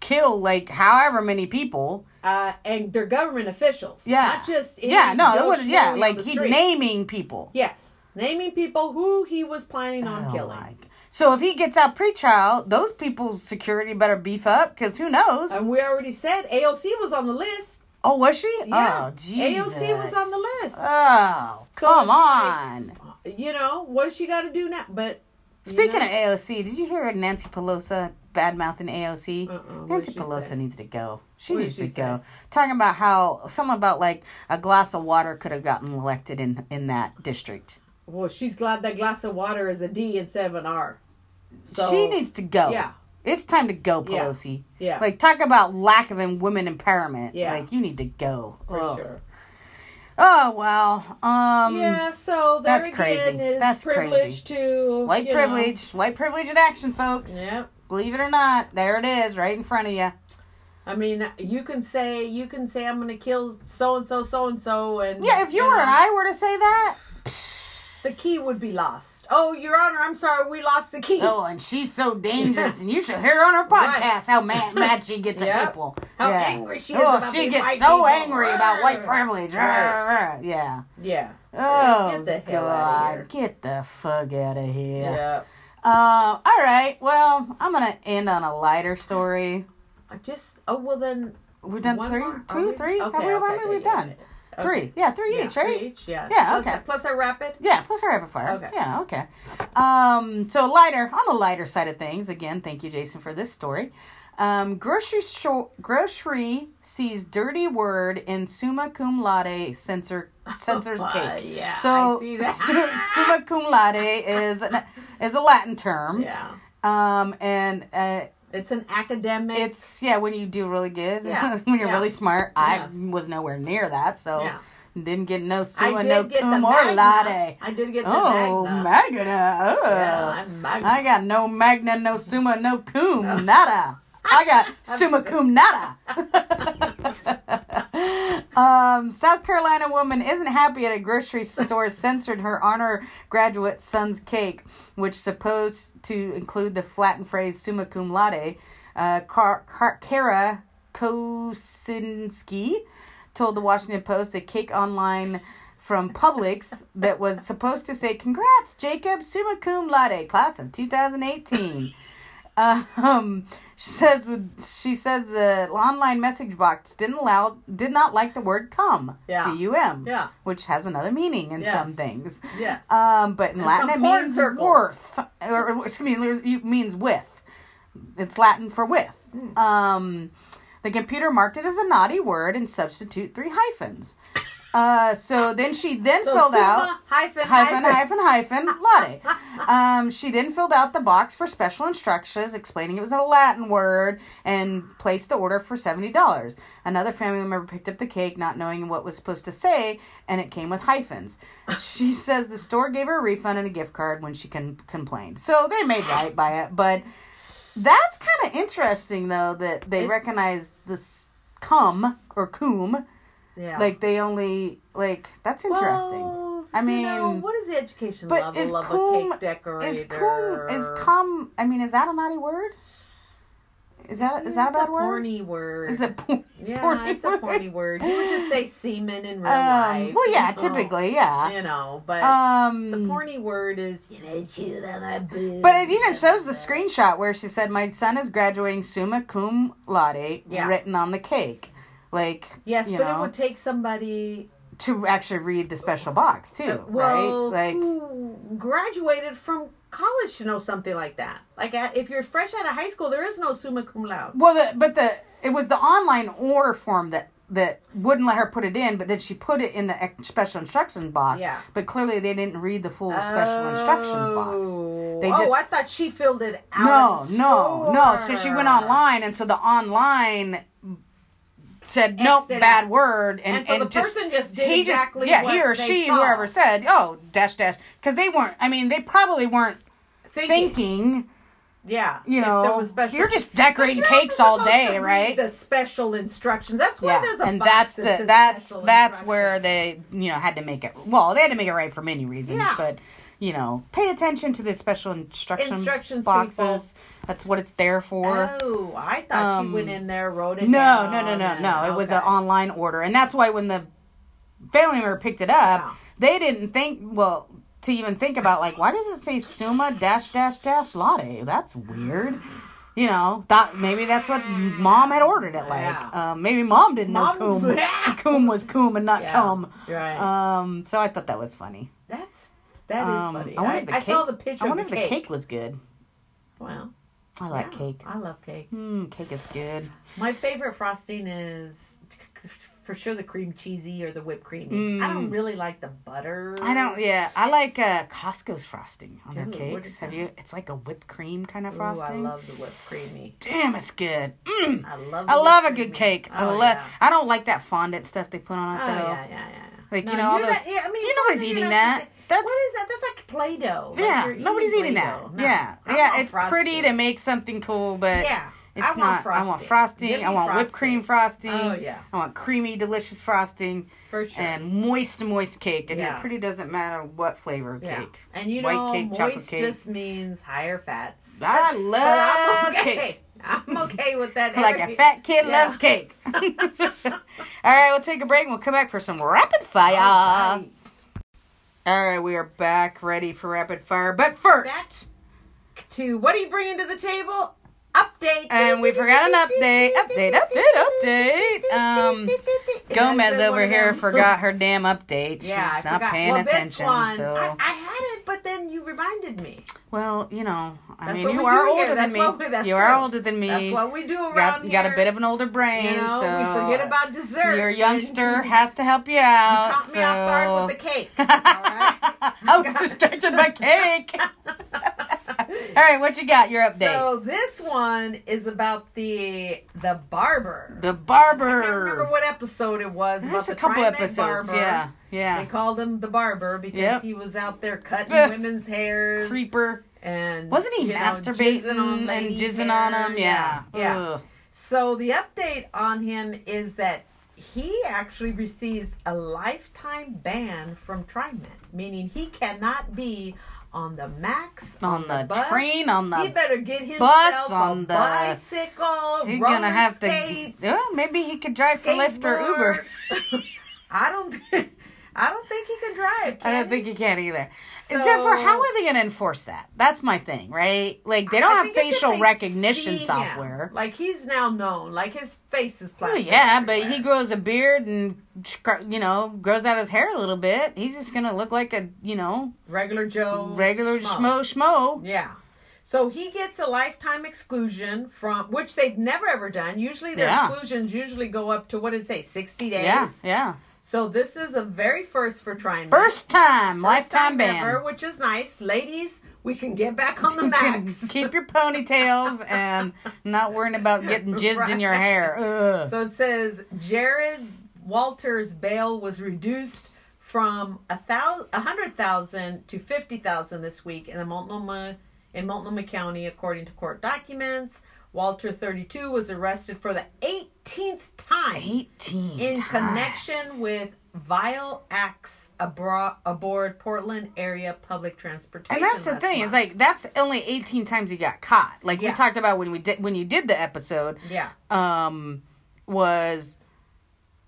kill like however many people.
Uh, and they're government officials.
Yeah.
Not just. any
yeah, no,
Joe
it was yeah,
Schmo on
like
the
he
street.
naming people.
Yes. Naming people who he was planning on
Oh,
killing.
my g- So if he gets out pretrial, those people's security better beef up because who knows?
And we already said AOC was on the list.
oh, was she?
Yeah,
Oh, Jesus.
AOC was on the list.
Oh,
So
come
it's like-
on.
You know, what does she got to do now? But. you
Speaking
know,
of AOC, did you hear Nancy Pelosi bad mouthing AOC?
Uh-uh, what
Nancy
did she
Pelosi
say?
needs to go. She
What did
needs
she
to go. Talking about how someone about like a glass of water could have gotten elected in in that district.
Well, she's glad that glass of water is a D instead of an R. So,
she needs to go.
yeah.
It's time to go,
Yeah.
Pelosi.
Yeah.
Like talk about lack of em- women empowerment.
Yeah.
Like you need to go.
for
oh.
sure.
Oh well. Um
yeah, so there
that's
again
crazy.
is
That's
privilege to
white
you know,
privilege. White privilege in action, folks.
Yep.
Believe it or not, there it is, right in front of you.
I mean, you can say you can say I'm gonna kill so and so, so and so, and
Yeah, if you were
know,
and I were to say that,
the key would be lost. Oh, Your Honor, I'm sorry, we lost the key.
oh, and she's so dangerous, and you should hear on her podcast how mad, mad she gets at
Yep.
people.
How angry she is
Oh,
about
she
these
gets
white
so
people.
angry about white
Rrrr.
privilege.
Right.
Rrrr. Yeah.
Yeah,
Oh,
Get the hell outta here.
God. Get the fuck out of here.
yeah.
Uh, all right. Well, I'm going to end on a lighter story.
I just oh well then
We've done
one
three,
more? Are
two,
we-
three. How
Okay,
many- how
okay,
many
okay,
we
yeah,
done?
yeah, yeah.
Three. Yeah, three
Yeah,
each, right?
three each, yeah.
Yeah,
Plus,
okay.
Plus I wrap it.
Yeah, plus a rapid fire.
Okay.
Yeah, okay. Um, so lighter on the lighter side of things. Again, thank you, Jason, for this story. Um, grocery store grocery sees dirty word in summa cum laude censor censors
uh,
cake.
yeah,
So
I see that.
su- summa cum laude is an, is a Latin term.
Yeah,
Um, and uh,
it's an academic.
it's yeah when you do really good,
Yeah,
when you're
yeah.
really smart.
Yes.
I was nowhere near that, so
Yeah.
didn't get no
I
summa
did
no
get the
cum or
magna.
laude.
I did get the
Oh,
magna.
Magna. Oh.
Yeah, I'm magna.
I got no Magna, no Summa, no Cum, nada. I got Summa Cum nada. um, South Carolina woman isn't happy at a grocery store censored her honor graduate son's cake, which supposed to include the flattened phrase summa cum laude. Uh, Car- Car- Kara Kosinski told the Washington Post a cake online from Publix that was supposed to say, Congrats, Jacob, summa cum laude, class of 2018. um, she says she says the online message box didn't allow did not like the word cum
Yeah.
c u m
Yeah.
which has another meaning in
Yes.
some things
Yes.
um but in Latin
some
it
porn
means
circles.
worth or or, excuse me it means with it's Latin for with
Hmm.
um the computer marked it as a naughty word and substitute three hyphens uh so then she then
So
filled
summa
out
hyphen
hyphen hyphen hyphen latte. Um, she then filled out the box for special instructions, explaining it was a Latin word, and placed the order for seventy dollars. Another family member picked up the cake, not knowing what was supposed to say, and it came with hyphens. She says the store gave her a refund and a gift card when she con- complained. So they made right by it, but that's kind of interesting though that they
It's-
recognize this cum or cum.
Yeah.
Like they only like that's interesting.
Well,
I
you
mean,
know, what is the education
but
level
is
of
cum-
a cake decorator?
Is cum is cum? I mean, is that a naughty word? Is that is that a
It's
bad
a
word?
Porny word.
Is it por-
Yeah,
porny
it's a porny word. You would just say semen in real
Um,
life.
well, yeah,
you know,
typically, yeah.
You know, but
Um,
the porny word is you know chew on my boob.
but it even shows the screenshot where she said, "My son is graduating summa cum laude,"
Yeah.
written on the cake. Like
Yes,
you
but
know,
it would take somebody
to actually read the special box too,
well
right? Like
who graduated from college to know something like that. Like at, if you're fresh out of high school, there is no summa cum laude.
Well, the, but the it was the online order form that that wouldn't let her put it in, but then she put it in the ex- special instructions box.
Yeah.
But clearly, they didn't read the full special instructions box.
Oh.
They
oh,
just-
I thought she filled it
No,
out. at the
no, no. So she went
store.
online, and so the online said no
Xed it
bad
out.
word, and
And so the person just did
he
exactly
yeah, he
what
or
they
she,
saw.
whoever said, oh dash dash, because they weren't. I mean, they probably weren't thinking
Yeah.
You
if
know,
there was special-
you're just
But
decorating
you're
cakes
also
all
supposed to
day,
read
right?
The special instructions. That's why
Yeah,
there's a
and
box
that's
that
the
says
that's
special
that's
instructions.
where they you know had to make it. Well, they had to make it right for many reasons,
Yeah.
but you know, pay attention to the special instruction
Instructions,
boxes.
people.
That's what it's there for.
Oh, I thought
um,
she went in there, wrote it.
No,
down,
no, no, no,
and-
no. It was
Oh, okay.
an online order, and that's why when the family member picked it up,
Wow.
they didn't think well to even think about like why does it say Suma dash dash dash latte? That's weird. You know, thought maybe that's what mom had ordered it like.
Yeah.
Um, maybe mom didn't
Mom-
know coom.
Yeah.
Coom was coom and not
Yeah,
cum.
right.
Um, so I thought that was funny.
That's that is
Um,
funny.
I
I,
wonder if the
I saw
cake-
the picture.
I wonder
of
if the cake was good.
Wow.
I like
yeah,
cake.
I love cake.
Mm, cake is good.
My favorite frosting is for sure the cream cheesy or the whipped cream. I don't really like the butter.
Mm. I don't. Yeah, I like uh, Costco's frosting on their
Ooh, what
cakes.
is
Have
that?
you? It's like a whipped cream kind of
Ooh,
frosting.
I love the whipped creamy.
Damn, it's good. Mm.
I love. the
I love a
whipped
good
creamy.
cake. I
Oh,
love.
yeah.
I don't like that fondant stuff they put
Oh
on it though.
yeah, yeah, yeah. yeah.
Like, you
No,
know, all
you're
those-
not- yeah, I mean,
you know nobody's
frosting,
eating
you're
that.
not supposed to-
That's-
what is that? That's like Play-Doh. Like,
Yeah,
you're eating
nobody's eating
Play-Doh.
that.
No,
yeah,
I
yeah.
want
It's pretty
frosting.
to make something cool, but
Yeah,
it's
I want
not. I want frosting.
Give
I
me
want whipped cream frosting.
Oh, yeah.
I want creamy, delicious frosting
for sure.
and moist, moist cake. And
Yeah.
it pretty doesn't matter what flavor of
yeah.
cake.
and you
White
know,
cake, chocolate
moist
cake.
just means higher fats.
I
But
love
I'm okay.
cake.
I'm okay with that.
like a
Every-
fat kid
Yeah.
loves cake. All right, we'll take a break and we'll come back for some rapid fire.
All right.
All right, we are back ready for rapid fire. But first,
Back to what are you bringing to the table? Update.
and we forgot an update. Update, update, update. Um, Gomez
That's been one
over
of
here
them.
forgot her damn update.
Yeah,
She's
I
not
forgot.
paying
well, This
attention.
one,
so,
I, I had it, but then you reminded me.
well, you know, I
That's
mean,
what
you
we
are
do here.
older than
That's
me.
what we- that's
you are
true.
older than me.
That's what we do around
got,
here.
got a bit of an older brain,
you know,
so
we forget about dessert.
your
and
youngster
you
has to help you out.
Caught
so.
me off guard with the cake. All right.
I was distracted by cake. All right, what you got? Your update.
So this one is about the the barber.
the
I can't remember
barber.
what episode it was.
There's
about
a
the
couple
Primeac
episodes.
Barber.
Yeah, yeah.
They called him the barber because
Yep.
he was out there cutting
Ugh.
women's hairs
Creeper.
and
Wasn't he
you know,
masturbating
jizzing on
and
ladies'
jizzing on
hair.
him? Yeah.
yeah.
Ugh.
So the update on him is that he actually receives a lifetime ban from TriMet, meaning he cannot be on the max,
On the
bus.
train, on the
he better get himself
on
a
the-
bicycle.
He's
roller
gonna have
skates,
to. Oh, maybe he could drive for Lyft or Uber.
skateboard. I don't. I don't think he can drive.
I
can
don't
he?
think he can either. Except for
So-
how are they going to enforce that? That's my thing, right? Like they
I
don't have
think it's if
facial
they
recognition
see him.
software.
Like he's now known. Like his face is
Well,
plastered.
yeah, but he
everywhere.
grows a beard and scr- you know grows out his hair a little bit. He's just gonna look like a you know
regular Joe,
regular
schmo.
schmo schmo.
Yeah. So he gets a lifetime exclusion from which they've never ever done. Usually their
Yeah.
exclusions usually go up to what did it say, sixty days.
Yeah, yeah.
So this is a very first for trying
First time,
First
lifetime
time
ban.
ever, which is nice. Ladies, we can get back on the
You can
max.
Keep your ponytails and not worrying about getting jizzed in your hair. Ugh.
So it says Jared Walter's bail was reduced from a thousand, a hundred thousand to fifty thousand this week in the Multnomah in Multnomah County, according to court documents. Walter, 32, was arrested for the 18th time
18
in
times.
connection with vile acts abroad, aboard Portland area public
And
transportation.
that's the
last
thing.
month.
It's like that's only 18 times he got caught. Like we
Yeah.
talked about when we did when you did the episode
yeah,
um was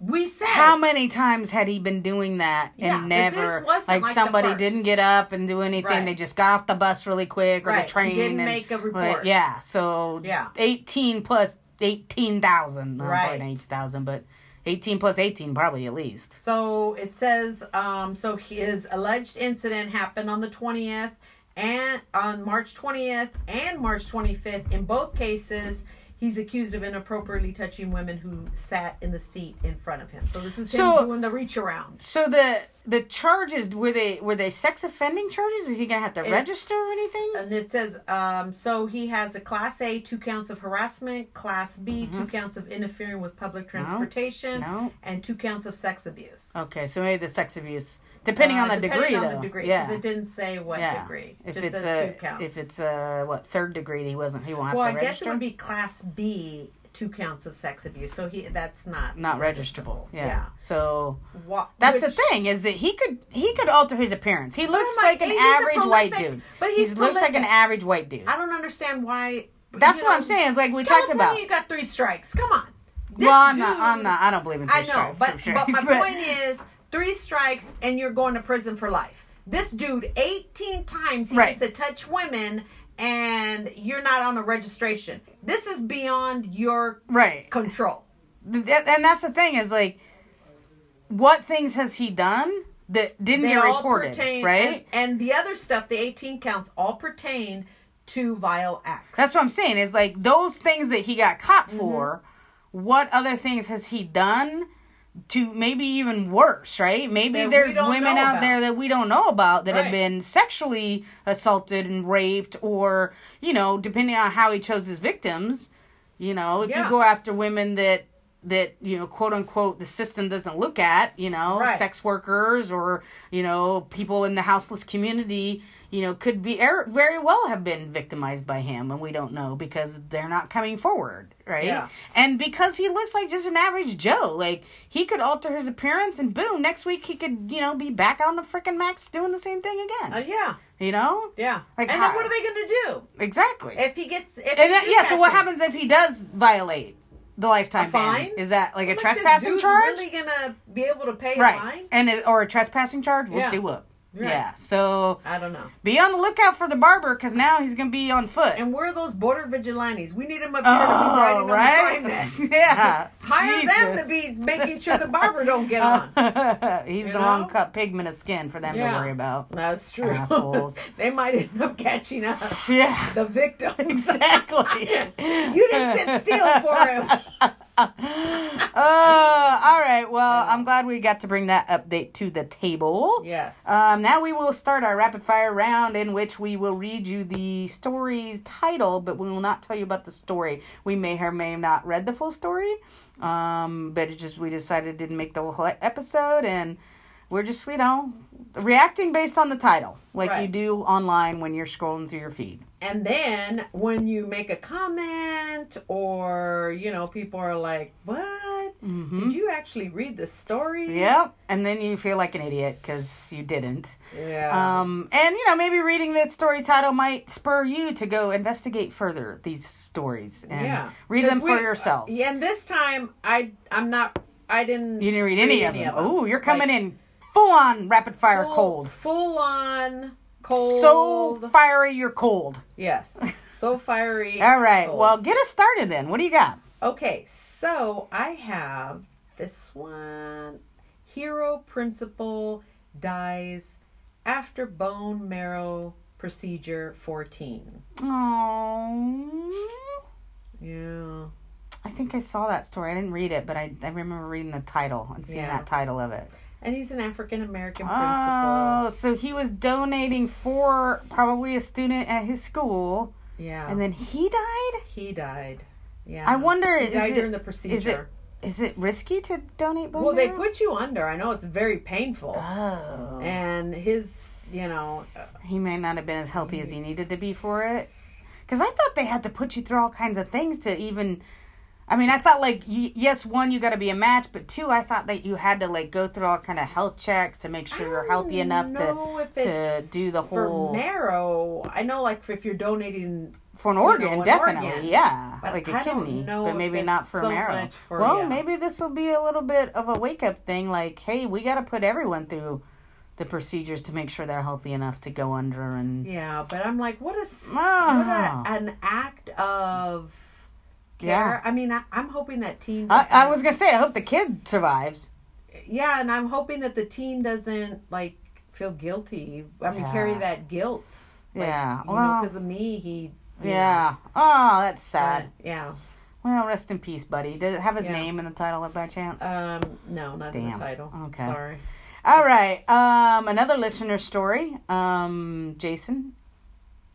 we said
how many times had he been doing that and
Yeah, but this
never
wasn't
like,
like the
somebody
first.
didn't get up and do anything
Right.
they just got off the bus really quick or
Right, and
the train
didn't
and-
make a
like,
report.
yeah so
Yeah.
18 plus 18,000 right.
Right.
probably not 18,000 but 18 plus 18 probably at least
So it says, um, so his alleged incident happened on the 20th and on March 20th and March 25th. In both cases, he's accused of inappropriately touching women who sat in the seat in front of him. So this is him
So-
doing the reach around.
so the the charges were they were they sex offending charges? Is he gonna have to register or anything?
And it says, um, so he has a class A, two counts of harassment, class B, two counts of interfering with public transportation,
Mm-hmm. no.
and two counts of sex abuse.
Okay, so maybe the sex abuse, depending on the
Uh,
degree,
depending on
though.
the degree, 'cause
yeah,
it didn't say what
yeah.
degree. It
If
just
it's
says
a,
two counts.
if it's a what third degree, he wasn't. He won't have
well, I
to
guess
register.
it would be class B, two counts of sex abuse. So he that's not
not registerable. Yeah. So
Wha-
that's
which-
the thing is that he could he could alter his appearance. He looks
Oh my-
like an
he's a
average white
prolific-
dude.
but
he
he's
looks like an
prolific.
average white dude.
I don't understand why.
That's
you
what
know,
I'm saying. It's like we
California,
talked about.
you got three strikes. Come on. This
Well, I'm not.
dude-
I'm not. I don't believe in.
I
three
know,
strikes,
but,
I'm sure.
but my point is three strikes and you're going to prison for life. This dude, 18 times he
Right.
gets to touch women and you're not on a registration. This is beyond your
right.
control.
Th- and that's the thing is like what things has he done that didn't
They
get
all
reported
pertain,
right
And, and the other stuff, the 18 counts, all pertain to vile acts.
that's what i'm saying is like those things that he got caught
Mm-hmm.
for what other things has he done to maybe even worse right maybe
That we
there's
don't
women
know
out
about.
there that we don't know about that have
Right.
been sexually assaulted and raped or you know depending on how he chose his victims you know if you
Yeah.
go after women that that you know quote unquote the system doesn't look at you know
Right.
sex workers or you know people in the houseless community you know could be er- very well have been victimized by him and we don't know because they're not coming forward right
Yeah.
and because he looks like just an average joe like he could alter his appearance and boom next week he could you know be back on the freaking max doing the same thing again
Uh, yeah,
you know
yeah.
Like
and
how-
then what are they going to
exactly
do if he gets? If
and
he
then,
do
yeah, so
catch
what
him?
happens if he does violate the lifetime
A
ban?
fine?
Is that like a
Like, this
trespassing
dude's
charge?
Really gonna be able to pay
right,
a fine?
and it, or a trespassing charge? Whoop
Yeah.
de whoop.
Right.
Yeah. So
I don't know.
be on the lookout for the barber because now he's gonna be on foot.
And where are those border vigilantes? We need them up here to
oh,
be riding on
right.
the crime net.
yeah.
Hire them to
Jesus. Uh,
be making sure the barber don't get on.
he's
You
the long
know?
cut pigment of skin for them to
Yeah.
worry about.
That's true.
Assholes.
they might end up catching us,
Yeah.
the victims.
Exactly.
you didn't sit still for him.
Oh, all right. Well, I'm glad we got to bring that update to the table.
Yes.
Um, now we will start our rapid fire round in which we will read you the story's title, but we will not tell you about the story. We may or may have not read the full story, um, but it just we decided it didn't make the whole episode, and we're just you know reacting based on the title, like you
Right.
do online when you're scrolling through your feed.
And then when you make a comment or, you know, people are like, what?
Mm-hmm.
Did you actually read the story?
Yep, and then you feel like an idiot because you didn't.
Yeah.
Um, and you know, maybe reading that story title might spur you to go investigate further these stories and
yeah.
read
'Cause
them for
we- uh,
yourselves.
Yeah, and this time I I'm not I didn't
You didn't read any of them. Oh, you're coming in full on rapid fire cold.
Full on cold.
So fiery you're cold.
yes. So fiery.
All right.
cold.
Well, get us started then. What do you got?
Okay, so I have this one. Hero principal dies after bone marrow procedure 14.
Oh.
Yeah.
I think I saw that story. I didn't read it, but I, I remember reading the title and seeing
Yeah.
that title of it.
And he's an African American
Oh, so he was donating for probably a student at his school,
principal. Yeah.
and then he died.
he died. Yeah.
I wonder
He
is
died
it-
during the procedure.
Is it is it risky to donate bone?
well, they
marrow?
put you under. I know it's very painful.
Oh.
And his, you know, uh,
He may not have been as healthy as he
Mm-hmm.
needed to be for it. Because I thought they had to put you through all kinds of things to even. I mean, I thought like y- yes, one you got to be a match, but two, I thought that you had to like go through all kind of health checks to make sure you're healthy enough
know
to
if
to
it's
do the whole
for marrow. I know, like if you're donating
for an
you know,
organ,
an
definitely,
organ.
yeah,
But
like a
I don't
kidney,
know
but
if
maybe
it's
not for
so
marrow.
much for-
well,
yeah.
maybe this will be a little bit of a wake up thing. Like, hey, we got to put everyone through the procedures to make sure they're healthy enough to go under and
Yeah, but I'm like, what a, s-
Ah.
what a an act of
Yeah.
care. I mean, I, I'm hoping that teen. doesn't-
I, I was gonna say, I hope the kid survives.
Yeah, and I'm hoping that the teen doesn't like feel guilty. I mean, carry
Yeah.
that guilt. Like,
yeah.
you
Well.
because of me, he. you
yeah. Oh, that's
know,
sad.
but, yeah.
well, rest in peace, buddy. Does it have his
Yeah. Uh,
name in the title by chance?
Um. No, not in
Damn.
the title.
Okay.
Sorry.
All right. Um, another listener story. Um, Jason.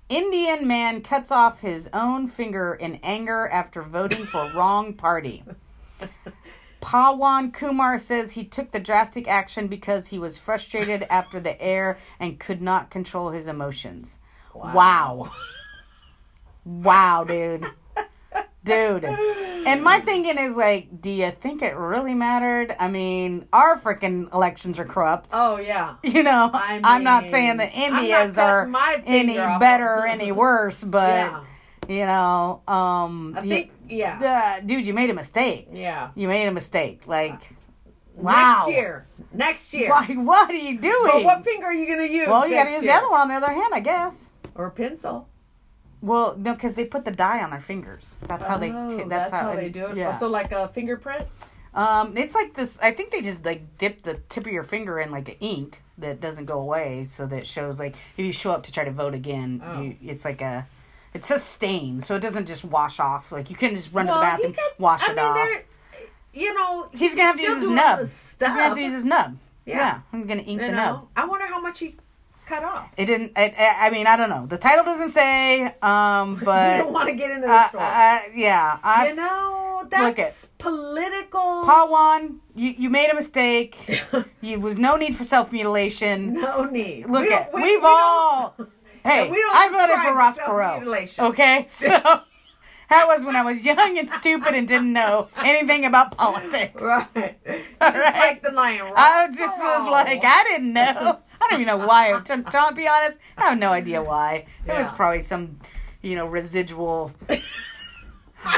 Indian man cuts off his own finger in anger after voting for wrong party. Pawan Kumar says he took the drastic action because he was frustrated after the air and could not control his emotions. Wow. Wow, dude. Dude. And my thinking is like, do you think it really mattered? I mean, our freaking elections are corrupt.
Oh yeah.
You know,
I
I'm not
mean,
saying that
I'm not
India's
cutting
are
my
any
finger off.
better or any worse, but
Yeah.
you know, um,
I
you-
think yeah.
uh, dude, you made a mistake.
yeah.
You made a mistake. Like, wow.
Next year. Next year.
Like, what are you
But
doing?
what finger are you gonna use?
well, you got to
next
use the
year?
other one on the other hand, I guess.
Or a pencil.
Well, no, because they put the dye on their fingers. That's how they.
Oh,
T- that's,
that's how,
it-
they do it.
Yeah.
So like a fingerprint.
um, it's like this. I think they just like dip the tip of your finger in like an ink that doesn't go away, so that shows like if you show up to try to vote again,
Oh.
you, it's like a. It's a stain, so it doesn't just wash off. Like you can just run to the
Well, he
bathroom,
could-
wash
I
it
mean,
off.
they're- You know,
He's gonna have to use his nub. He's gonna have to use his nub. Yeah,
Yeah.
I'm gonna ink
You
the nub.
know, I wonder how much he cut off.
It didn't. It, I I mean, I don't know. The title doesn't say. Um,
we
but
don't want to get into
uh,
this story.
uh, yeah, I
you know,
look
that's political.
Pawan, you you made a mistake. you was no need for self mutilation.
no need.
Look
We
at
don't- we-
we've
we don't-
all. Hey,
we don't
I voted for
subscribe to
Ross Perot.
self-mutilation.
Okay, so that was when I was young and stupid and didn't know anything about politics.
Right. Oh. Just
right.
like the lion.
I
Ross
just
Perot.
was like, I didn't know. I don't even know why. To, to, to be honest, I have no idea why. It was
Yeah.
probably some, you know, residual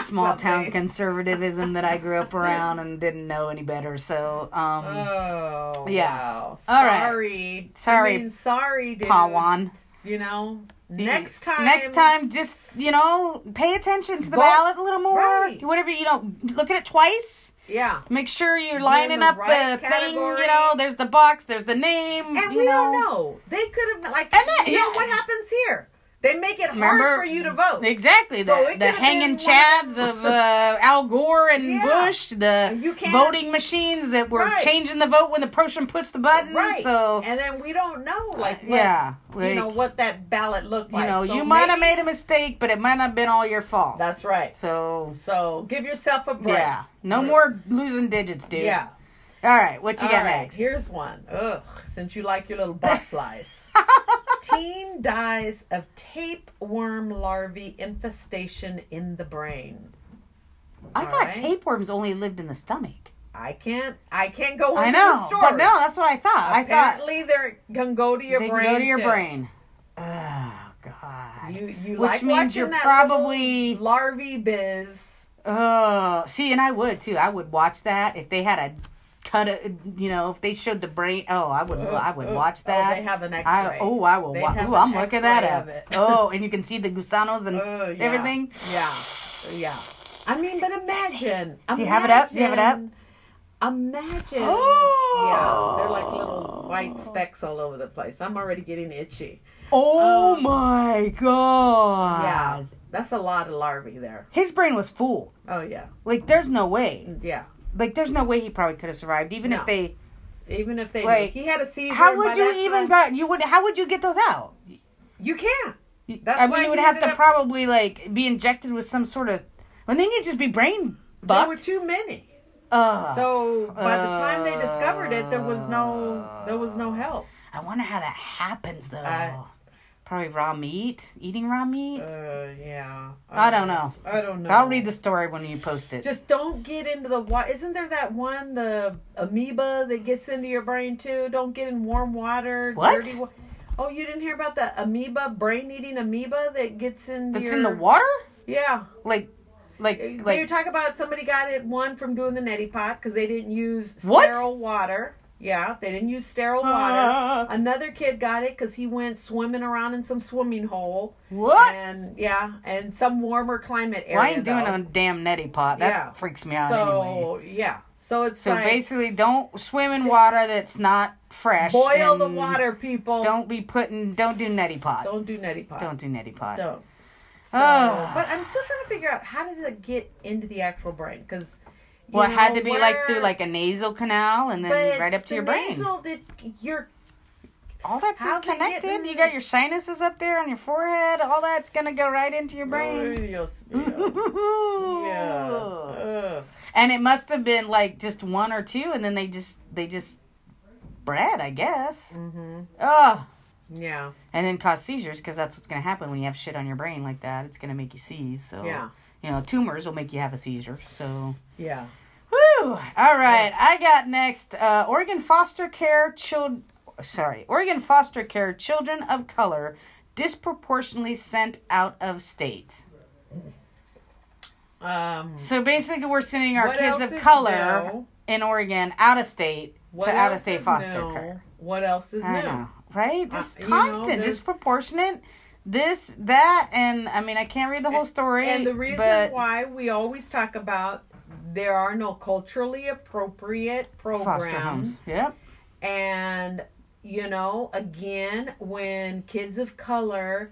small town
Something.
conservatism that I grew up around and didn't know any better. So, um,
Oh.
Yeah.
Wow.
All right.
Sorry.
Sorry,
I mean, sorry, dude.
Pawan.
You know, next time.
next time, just you know, pay attention to the
Vote.
ballot a little more.
Right.
Whatever you know, look at it twice.
Yeah.
Make sure you're
in
lining
the
up
right
the thing. You
category.
know, there's the box, there's the name.
And
you
we don't know. They could have like.
And that-
you know
yeah.
what happens here? They make it
Remember-
hard for you to vote.
Exactly.
So
the
it
the
could've
hanging
been one
chads
of
of uh, Al Gore and
Yeah.
Bush, the
You can't-
voting machines that were
Right.
changing the vote when the person pushed the button.
Right.
So Uh,
and then we don't know like what,
yeah,
you know
like-
what that ballot looked
you
like.
know,
So
you might have
maybe-
made a mistake, but it might not have been all your fault.
That's right.
so
So give yourself a break.
yeah, no
Right.
more losing digits, dude.
Yeah.
All right, what you
All
got
right,
next?
Here's one. Ugh, since you like your little butterflies. Teen dies of tapeworm larvae infestation in the brain.
I
all
thought
right.
tapeworms only lived in the stomach.
I can't. I can't go into
I
the
know,
story.
but no, that's what I thought. I thought
Apparently, they're can go to your
they
brain.
can go to your
too.
brain. Oh God.
You, you
Which
like
means
watching
you're
that
probably-
little larvae biz.
Oh, see, and I would too. I would watch that if they had a cut. A, you know, if they showed the brain. Oh, I would. I would
Oh,
watch
oh,
that.
they have an X-ray.
I, oh, I will.
They
Wa-
have
ooh,
an
I'm looking that
X-ray
up.
of it.
oh, and you can see the gusanos and
Oh, yeah.
everything.
Yeah, yeah. I mean, but imagine.
Do you have it up? Do you have it up?
Imagine.
Oh.
Yeah, they're like little white specks all over the place. I'm already getting itchy.
Oh
Um,
my god!
Yeah, that's a lot of larvae there.
his brain was full.
Oh yeah,
Like, there's no way.
yeah.
Like, there's no way he probably could have survived, even
No.
if they.
Even if they knew.
Like,
he had a seizure.
How
and by
would you
that
even?
time-
Got, you would. How would you get those out?
you can't. That's
I mean,
why
you would
he
have
ended
to
up-
probably like be injected with some sort of. Well, then you'd just be brain
There were
bucked.
too many.
Ugh.
So by the time they discovered it, there was no there was
uh,
no help.
I wonder how that happens though.
I-
probably raw meat, eating raw meat.
Uh, yeah.
I don't know.
I don't know.
I'll read the story when you post it.
Just don't get into the water. Isn't there that one, the amoeba that gets into your brain too? Don't get in warm water.
What?
Dirty wa- oh, you didn't hear about the amoeba, brain-eating amoeba that gets in.
That's
your-
in the water,
Yeah.
like, like,
They were
like.
talking about somebody got it one from doing the neti pot because they didn't use
What?
sterile water. Yeah, they didn't use sterile
Ah.
water. Another kid got it because he went swimming around in some swimming hole.
What?
And yeah, and some warmer climate area.
Well, I ain't doing
though.
a damn neti pot. That
Yeah.
freaks me out
So
anyway.
yeah, so it's
So
like
basically, don't swim in water that's not fresh.
boil the
and
water, people.
Don't be putting. Don't do neti pot. Don't,
don't do neti pot.
do neti pot.
don't. So,
Ah.
but I'm still trying to figure out how did it get into the actual brain because
Well, it had
know,
to be like
where-
through like a nasal canal and then
but
right up to
the
your brain.
nasal that you're
all that's
how's it
connected.
getting-
You got your sinuses up there on your forehead. All that's gonna go right into your brain.
yeah.
and it must have been like just one or two, and then they just they just bred, I guess.
Mm-hmm.
Ugh.
Yeah.
And then cause seizures because that's what's gonna happen when you have shit on your brain like that. It's gonna make you seize. So
Yeah.
you know tumors will make you have a seizure. So.
Yeah.
Woo! All right, I got next. Uh, Oregon foster care child, sorry, Oregon foster care children of color disproportionately sent out of state.
Um,
So basically, we're sending our
What
kids
else
of
is
color
no?
in Oregon out of state
what
to out of
else
state
is
foster
no?
care.
What else is
I
new? Uh,
know, right? Just
you know,
constant,
there's-
disproportionate. This, that, and I mean, I can't read the whole story.
And the reason
but
why we always talk about there are no culturally appropriate programs.
foster homes. Yep.
And, you know, again, when kids of color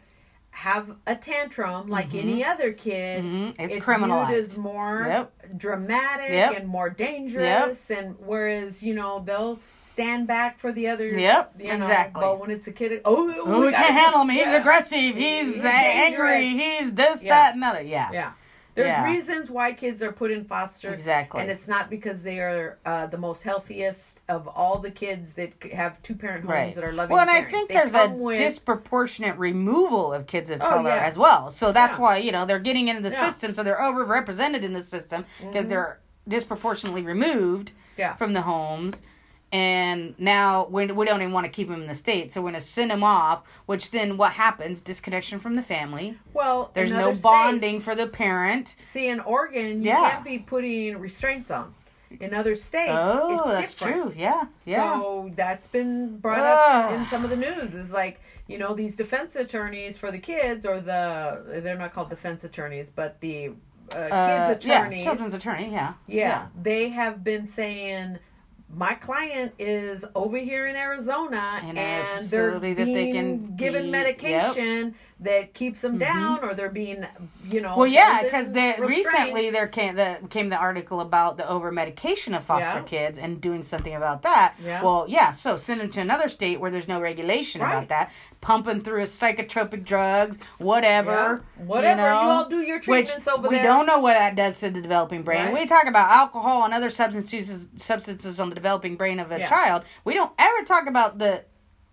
have a tantrum like any other kid,
Mhm, Mm-hmm. it's
viewed
criminalized.
as more
Yep.
dramatic
Yep.
and more dangerous. And whereas, you know, they'll stand back for the other.
Yep,
you know,
exactly.
But when it's a kid, oh,
Oh, we
gotta-
can't handle him. He's
Yeah.
aggressive. He's,
He's
angry.
dangerous.
He's this,
Yeah.
that, and other. Yeah.
Yeah. There's
Yeah.
reasons why kids are put in foster.
Exactly.
And it's not because they are uh, the most healthiest of all the kids that c- have two parent homes
Right.
that are loving.
Well, and I
parents.
think
They
there's a
come with-
disproportionate removal of kids of
Oh,
color
yeah.
as well. So that's
Yeah.
why, you know, they're getting into the
Yeah. Mm-hmm.
system. So they're overrepresented in the system because they're disproportionately removed
Yeah.
from the homes. And now we, we don't even want to keep them in the state. So we're going to send them off, which then what happens? Disconnection from the family.
well,
There's
in
no
other
bonding
states-
for the parent.
See, in Oregon, you
Yeah.
can't be putting restraints on. In other states,
oh,
it's
that's true.
different.
Yeah. Yeah.
So that's been brought up
Ugh.
in some of the news. Is like you know these defense attorneys for the kids, or the they're not called defense attorneys, but the uh,
Uh,
kids attorneys.
Yeah, children's attorney, yeah.
Yeah, they have been saying my client is over here in Arizona
In a
and they're
facility
being
that they can
given
be- Mm-hmm.
medication that keeps them down or they're being you know
Well, yeah,
held in
because recently there
restraints.
came the, came the article about the over medication of foster
Yeah.
kids and doing something about that.
Yeah.
Well, yeah, so send them to another state where there's no regulation about
Right.
that, pumping through psychotropic drugs, whatever.
Yeah. Whatever, you
know,
all do your treatments
which
over
we
there.
don't know what that does to the developing brain.
Right.
We talk about alcohol and other substances substances on the developing brain of a
Yeah.
child. We don't ever talk about the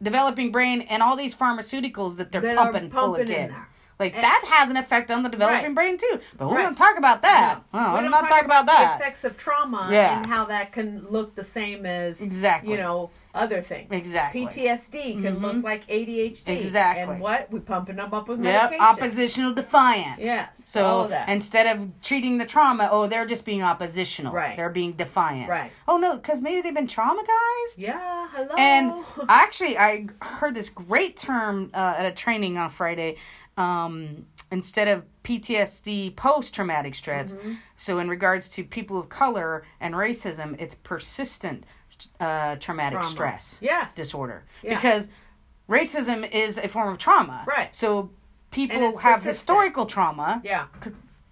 developing brain and all these pharmaceuticals that they're
That are
pumping, full of
pumping in
kids.
there.
Like that has an effect on the developing
Right.
brain too. But we
Right.
don't talk about that.
No,
Well,
we
I'm
don't
not talking about
the
that.
effects of trauma
Yeah.
and how that can look the same as
Exactly.
you know other things
Exactly. Mm-hmm.
PTSD can look like ADHD
Exactly.
and what we pumping them up with
Yep,
medication
oppositional defiance.
Yes,
So
all of that.
instead of treating the trauma, oh, they're just being oppositional.
Right.
They're being defiant.
Right.
Oh no, because maybe they've been traumatized.
yeah hello
And actually, I heard this great term uh, at a training on Friday. Um, instead of PTSD, post traumatic stress.
Mm-hmm.
So, in regards to people of color and racism, it's persistent uh, traumatic
Trauma.
stress
Yes.
disorder.
Yeah.
Because racism is a form of trauma.
Right.
So, people
And it's
have
persistent.
historical trauma
yeah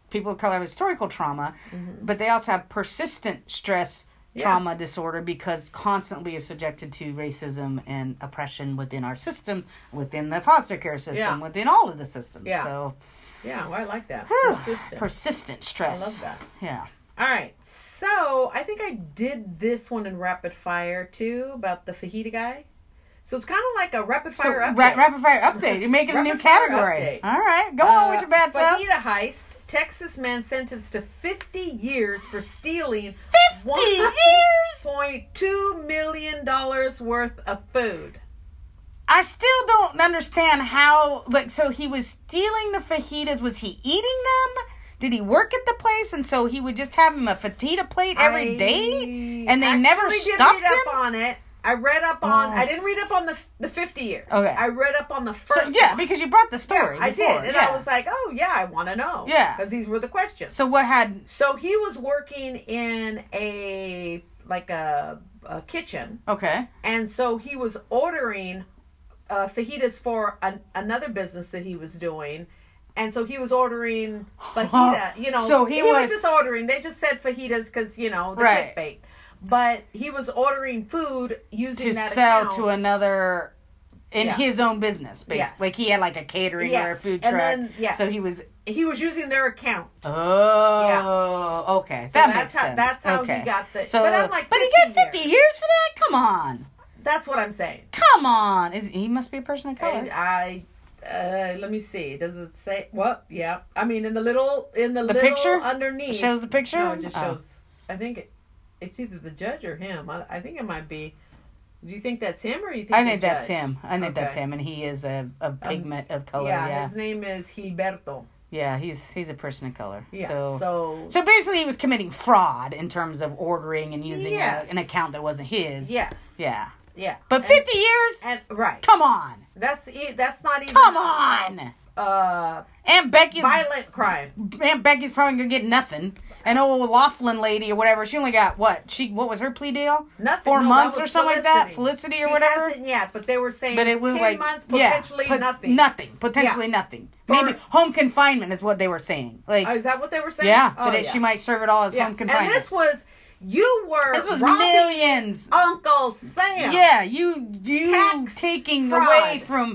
people of color have historical trauma, but they also have persistent stress
Mm-hmm. Yeah.
trauma disorder because constantly are subjected to racism and oppression within our systems, within the foster care system,
Yeah.
within all of the systems.
Yeah.
So
Yeah, well, I like that. Persistent.
persistent stress.
I love that.
Yeah.
All right, so I think I did this one in rapid fire too about the fajita guy. So it's kind of like a rapid
So
fire update.
ra- rapid fire update. You're making a new
Rapid fire
category.
update. Uh,
All right, go on with your bad stuff.
Fajita heist. Texas man sentenced to 50 years for stealing
50
$1.2 million dollars worth of food.
I still don't understand how. Like, so he was stealing the fajitas. Was he eating them? Did he work at the place, and so he would just have him a fajita plate every day,
I
and they never
actually did
stopped
read
him?
up on it. I read up on.
Oh.
I didn't read up on the the 50 years.
Okay.
I read up on the
So-
first.
yeah,
one.
because you brought the story.
I did,
before,
and
yeah.
I was like, "Oh yeah, I want to know."
Yeah.
because these were the questions. So,
so what had?
he was working in a like a, a kitchen,
Okay,
and so he was ordering uh, fajitas for an, another business that he was doing, and so he was ordering fajita. You know,
So he was-
just ordering. They just said fajitas because you know the
Right.
clickbait. But he was ordering food using
to
that
sell
account.
to another in
Yeah.
his own business basically
Yes.
like he had like a catering or a
Yes.
food
And
truck
then- yes.
so he was
He was using their account.
oh okay
So
that
that's
makes
how-
sense
that's how he
okay.
got the-
so
but I'm like,
but he
50
got 50 years.
years.
for that come on
That's what I'm saying.
come on is he must be a person of color
And I. Uh, let me see. Does it say what? Yeah, I mean, in the little, in the,
The
little
picture?
underneath
shows the picture
No, it just
Oh.
shows. I think it, it's either the judge or him. I, I think it might be. Do you think that's him or you think?
i
the
think that's
judge?
him i think that's
Okay. Um,
him and he is a, a pigment of color
yeah,
yeah yeah.
his name is Gilberto.
he's he's a person of color
Yeah.
so
So,
so basically he was committing fraud in terms of ordering and using a-
Yes.
an account that wasn't his
yes.
yeah
Yeah.
but 50 years
And, and right.
Come on.
That's e- that's not even
Come on.
uh
And Becky's
violent crime.
Aunt Becky's probably gonna get nothing. And old Laughlin lady or whatever, she only got what? She what was her plea deal?
Nothing.
Four
no, that
months or
was
something like that? Felicity or
She
whatever?
Hasn't yet, but they were saying
But it was
ten
like
months
yeah,
potentially
put-
nothing.
Nothing. Potentially
Yeah.
nothing.
For-
Maybe home confinement is what they were saying. Like
Oh, is that what they were saying?
yeah,
Oh,
that it- she might serve it all as
Yeah.
home
And
confinement.
this was you were
This was
robbing
millions.
Uncle Sam.
Yeah, you you
Tax
taking
fraud.
away from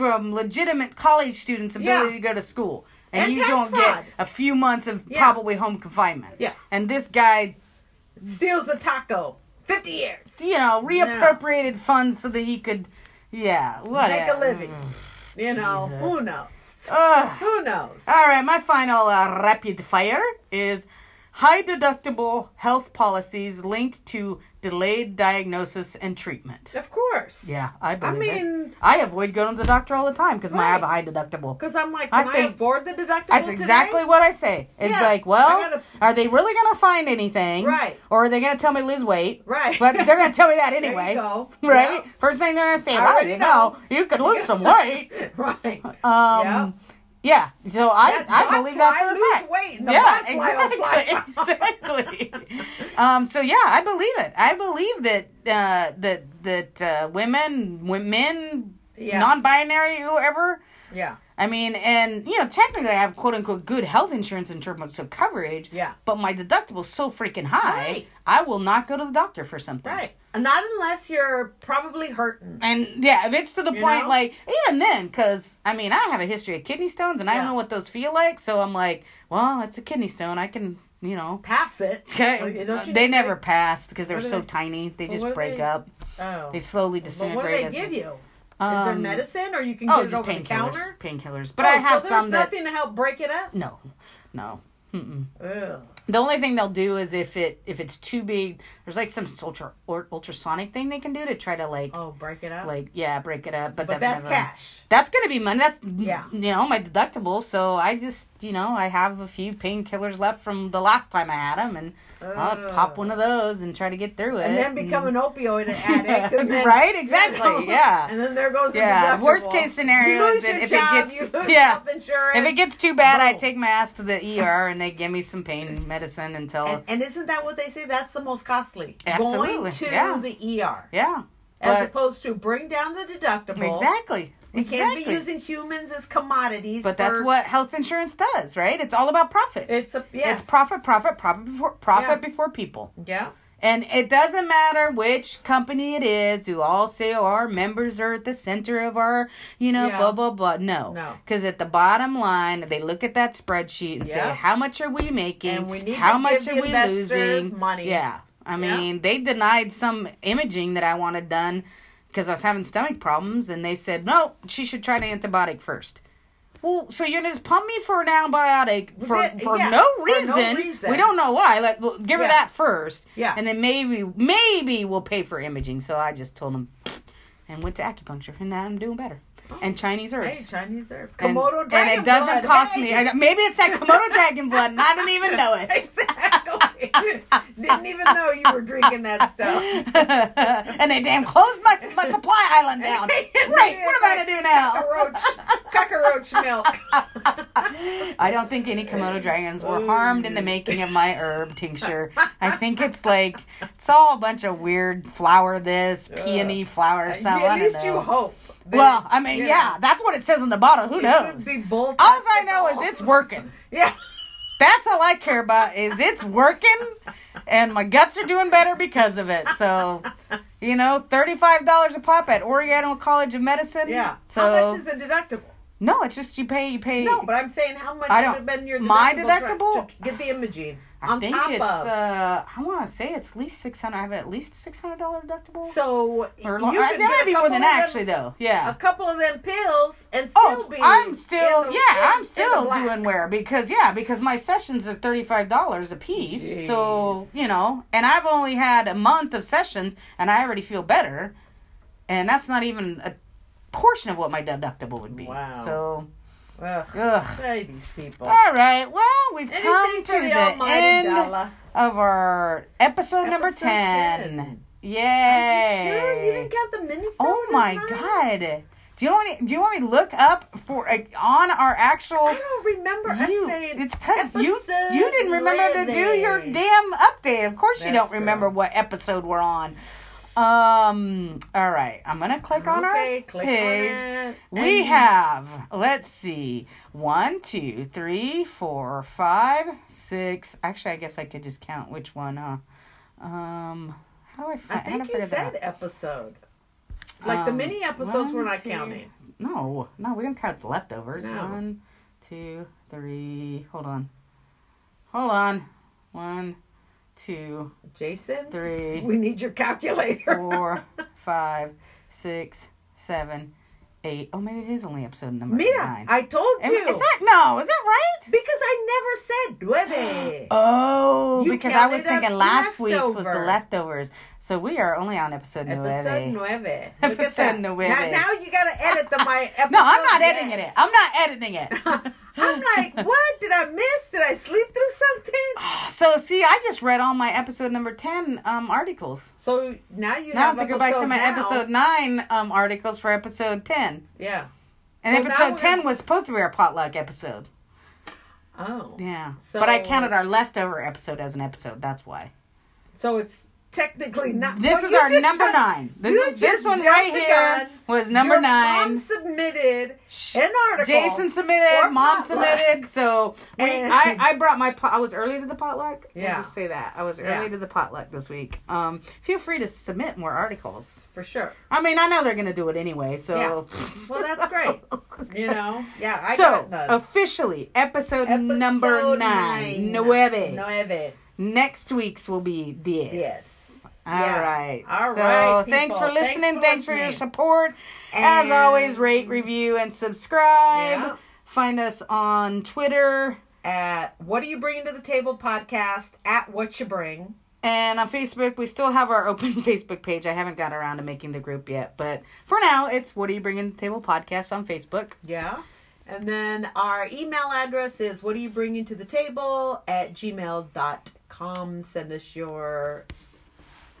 from legitimate college students' ability
Yeah.
to go to school, and,
And
you
tax
don't
fraud.
get a few months of
Yeah.
probably home confinement.
Yeah.
and this guy,
Steals a taco. Fifty years.
you know, reappropriated funds so that he could, yeah, what
Make a living. You know, who
Mm. Jesus.
knows?
Ugh.
Who knows?
All right, my final uh, rapid fire is high deductible health policies linked to delayed diagnosis and treatment.
Of course.
Yeah, I believe it.
mean-
I avoid going to the doctor all the time because I have a
Right.
high deductible.
Because I'm like,
I
can I,
think-
afford the deductible?
That's
today?
exactly what I say. It's
Yeah,
like, well,
I gotta-
are they really going to find anything?
Right.
Or are they going to tell me to lose weight?
Right.
But they're going to tell me that
you
anyway.
go.
Right?
Yeah.
First thing they're going to say,
I
well,
already
you know, you could lose some weight.
right.
Um, yeah. So I,
That
I believe that
butterfly
for a
lose
fact.
weight and the butterfly will
yeah, exactly, exactly. um, so yeah, I believe it. I believe that uh, that that uh, women, women,
Yeah.
non-binary, whoever,
Yeah.
I mean, and you know, technically, I have quote unquote good health insurance in terms of coverage.
Yeah.
But my deductible's so freaking high,
Right.
I will not go to the doctor for something.
Right. Not unless you're probably hurting.
And yeah, if it's to the
You
point
know?
like even then, because I mean, I have a history of kidney stones, and I don't
Yeah.
know what those feel like. So I'm like, well, it's a kidney stone. I can, you know.
Pass it.
Okay.
Like, don't you-
they never passed because they were
what do
so
they-
tiny. They just
what do
break
they-
up.
Oh.
They slowly
But
disintegrate.
what do they
as-
give you? Is there
Um,
medicine, or you can get
Oh,
it
just
over the
painkillers.
counter?
Painkillers. But
Oh,
I have
so there's
some that
nothing to help break it up.
no, no. Mm-mm.
Ugh.
The only thing they'll do is if it if it's too big, there's like some ultra or, ultrasonic thing they can do to try to like
Oh, break it up.
like yeah break it up. But, that
but that's
never-
cash.
That's gonna be money. That's
Yeah.
you know my deductible. So I just you know I have a few painkillers left from the last time I had them, and I'll
Ugh.
pop one of those and try to get through it.
And then become an opioid addict. and then-
right exactly
you know,
yeah.
And then there goes the
Yeah,
deductible.
worst case scenario
You lose
is that
your
if it
job,
gets-
you lose
yeah.
self-insurance.
If it gets too bad, I
Boom.
take my ass to the ER and they give me some pain medicine until
and, and isn't that what they say? That's the most costly.
Absolutely,
Going to
yeah.
the ER
yeah.
as
But-
opposed to bring down the deductible.
exactly.
We can't
exactly.
be using humans as commodities.
But that's
for-
what health insurance does, right? It's all about profit.
it's a yes.
It's profit, profit, profit before profit
Yeah.
before people.
Yeah.
And it doesn't matter which company it is. Do all say oh, our members are at the center of our, you know,
Yeah.
blah blah blah. No,
No.
Because at the bottom line, they look at that spreadsheet and say,
Yeah.
how much are we making?
And we need
how
to
much
give
are
the
we
investors
losing?
money.
Yeah, I
Yeah.
mean, they denied some imaging that I wanted done because I was having stomach problems, and they said no, she should try an antibiotic first. Well, so you're gonna just pump me for an antibiotic for,
that-
for,
yeah,
no
for no
reason.
reason.
We don't know why. Like, well, give her
Yeah.
that first.
Yeah.
And then maybe maybe we'll pay for imaging. So I just told him, and went to acupuncture, and now I'm doing better. And Chinese herbs.
Hey, Chinese herbs.
and,
Komodo
and
dragon
it doesn't
blood.
cost
Hey!
me. I- maybe it's that Komodo dragon blood, and I don't even know it.
exactly. Didn't even know you were drinking that stuff.
and they damn closed my, my supply island down. Great. What am I gonna do now?
Cockroach, cockroach milk.
I don't think any Komodo dragons were harmed in the making of my herb tincture. I think it's like it's all a bunch of weird flower this, peony flower something. I
Uh, At
don't
least
know.
you hope. But
Well,
it's,
I mean,
you know,
yeah, that's what it says on the bottle. Who
it could
knows?
be bull
All I know is it's
testicles.
working.
Yeah.
That's all I care about is it's working, and my guts are doing better because of it. So, you know, thirty-five dollars a pop at Oriental College of Medicine.
Yeah.
So
how much is a deductible?
no, it's just you pay. You pay.
No, but I'm saying how much
I
would
don't-
have been your deductible
my
to-
deductible?
to get the imaging
I
on
think
top
it's.
of.
uh I want to say it's at least six hundred. I have at least six hundred dollar deductible.
so
or
you
lo-
could
that might
get
be
a
more
couple
than
of them-
actually though. Yeah.
a couple of them pills and still
Oh,
be.
I'm
in
still
the-
yeah,
in- in
I'm
the
still
black.
doing wear because yeah, because my sessions are thirty five dollars a piece. So
Jeez.
you know, and I've only had a month of sessions, and I already feel better, and that's not even a portion of what my deductible would be.
Wow.
So
Ugh,
ugh.
hey, these people.
All right, well we've
Anything
Uh, come
for
to
the,
the
almighty
end
dollar.
of our episode, number
Episode
ten.
10.
Yay!
You sure you didn't get the mini?
Oh my god. Do you want me, do you want me to look up for uh, on our actual
I don't remember
you,
us saying
it's cuz you
episode
you didn't remember to do your
11.
damn update. Of course you
That's
don't remember
true.
what episode we're on. Um all right, I'm going to click on
okay,
our
click
page.
On it.
We
And-
have, let's see, one, two, three, four, five, six. Actually, I guess I could just count which one, huh? Um, how do I
I
find? how do
think
I
you
figure that out?
said episode. Like the
Um,
mini episodes we're
one,
not
two-
counting.
No, no, we don't count the leftovers.
No.
One, two, three. Hold on. Hold on. One, two,
Jason,
three,
we need your calculator.
four, five, six, seven, eight. Oh, maybe it is only episode number
Mira,
nine.
I told
Am-
you.
Is that no? Is that right?
because I never said nueve.
Oh,
You
because I was
counted up
thinking last week's was the
leftover.
leftovers. So we are only on episode
Episode
nueve.
nueve. Look at
Episode
that.
nueve.
Now, now you gotta edit the my episode.
No, I'm not
yes.
editing it. I'm not editing it.
I'm like, what did I miss? Did I sleep through something?
So see, I just read all my episode number ten um articles.
So now you
Now I
have
have to go back to my
now.
episode nine um articles for episode ten.
Yeah.
And
So now
episode
we're-
ten was supposed to be our potluck episode.
Oh.
Yeah.
So-
but I counted our leftover episode as an episode. That's why.
So it's technically not.
This
Well,
is
you
our
just
number
jumped-
nine.
you
This,
just
this one
jumped
right
the
here
gun.
was number
Your
nine.
Mom submitted
Shh.
an article.
Jason submitted,
Or
mom
potluck.
submitted, so we,
And-
I, I brought my pot. I was early to the potluck. We'll
Yeah.
just say that I was early
Yeah.
to the potluck this week. Um, feel free to submit more articles.
for sure.
I mean, I know they're gonna do it anyway, so
Yeah. Well, that's great. You know. Yeah. I
so
got none.
officially, episode,
Episode
number nine, nueve.
Nueve.
Next week's will be this.
Yes.
All
Yeah.
right.
All
so,
right,
Thanks for
people. Thanks
listening.
for
Thanks for, your
listening.
support. As
And-
always, rate, review, and subscribe.
Yeah.
Find us on Twitter
At what are you bringing to the table podcast? At what you bring.
and on Facebook. We still have our open Facebook page. I haven't got around to making the group yet, but for now, it's What Are You Bringing to the Table podcast on Facebook.
Yeah. And then our email address is what are you bringing to the table at gmail.com. Send us your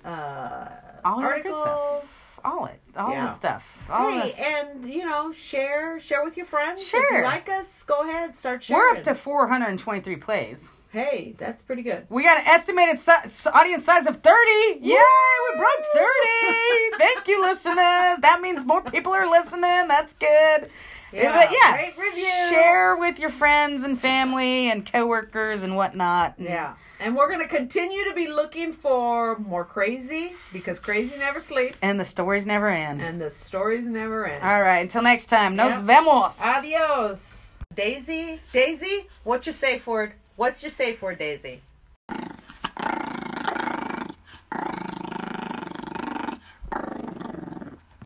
uh,
all your good
articles.
stuff. All it. All
Yeah.
the stuff. All
hey, and you know, share share with your friends. If you
Sure.
like us, go ahead, start
the,
sharing.
we're up to 423 plays.
Hey, that's pretty good.
We got an estimated si- s- audience size of 30. Yay, we broke 30. Thank you, listeners. That means more people are listening. That's good.
Yeah,
but yeah,
great review.
share with your friends and family and coworkers and whatnot. And
Yeah. And we're going to continue to be looking for more crazy because crazy never sleeps
And the stories never end.
and the stories never end.
All right, until next time, nos
Yeah.
vemos.
Adios. Daisy, Daisy, what's your safe word? What's your safe word, Daisy?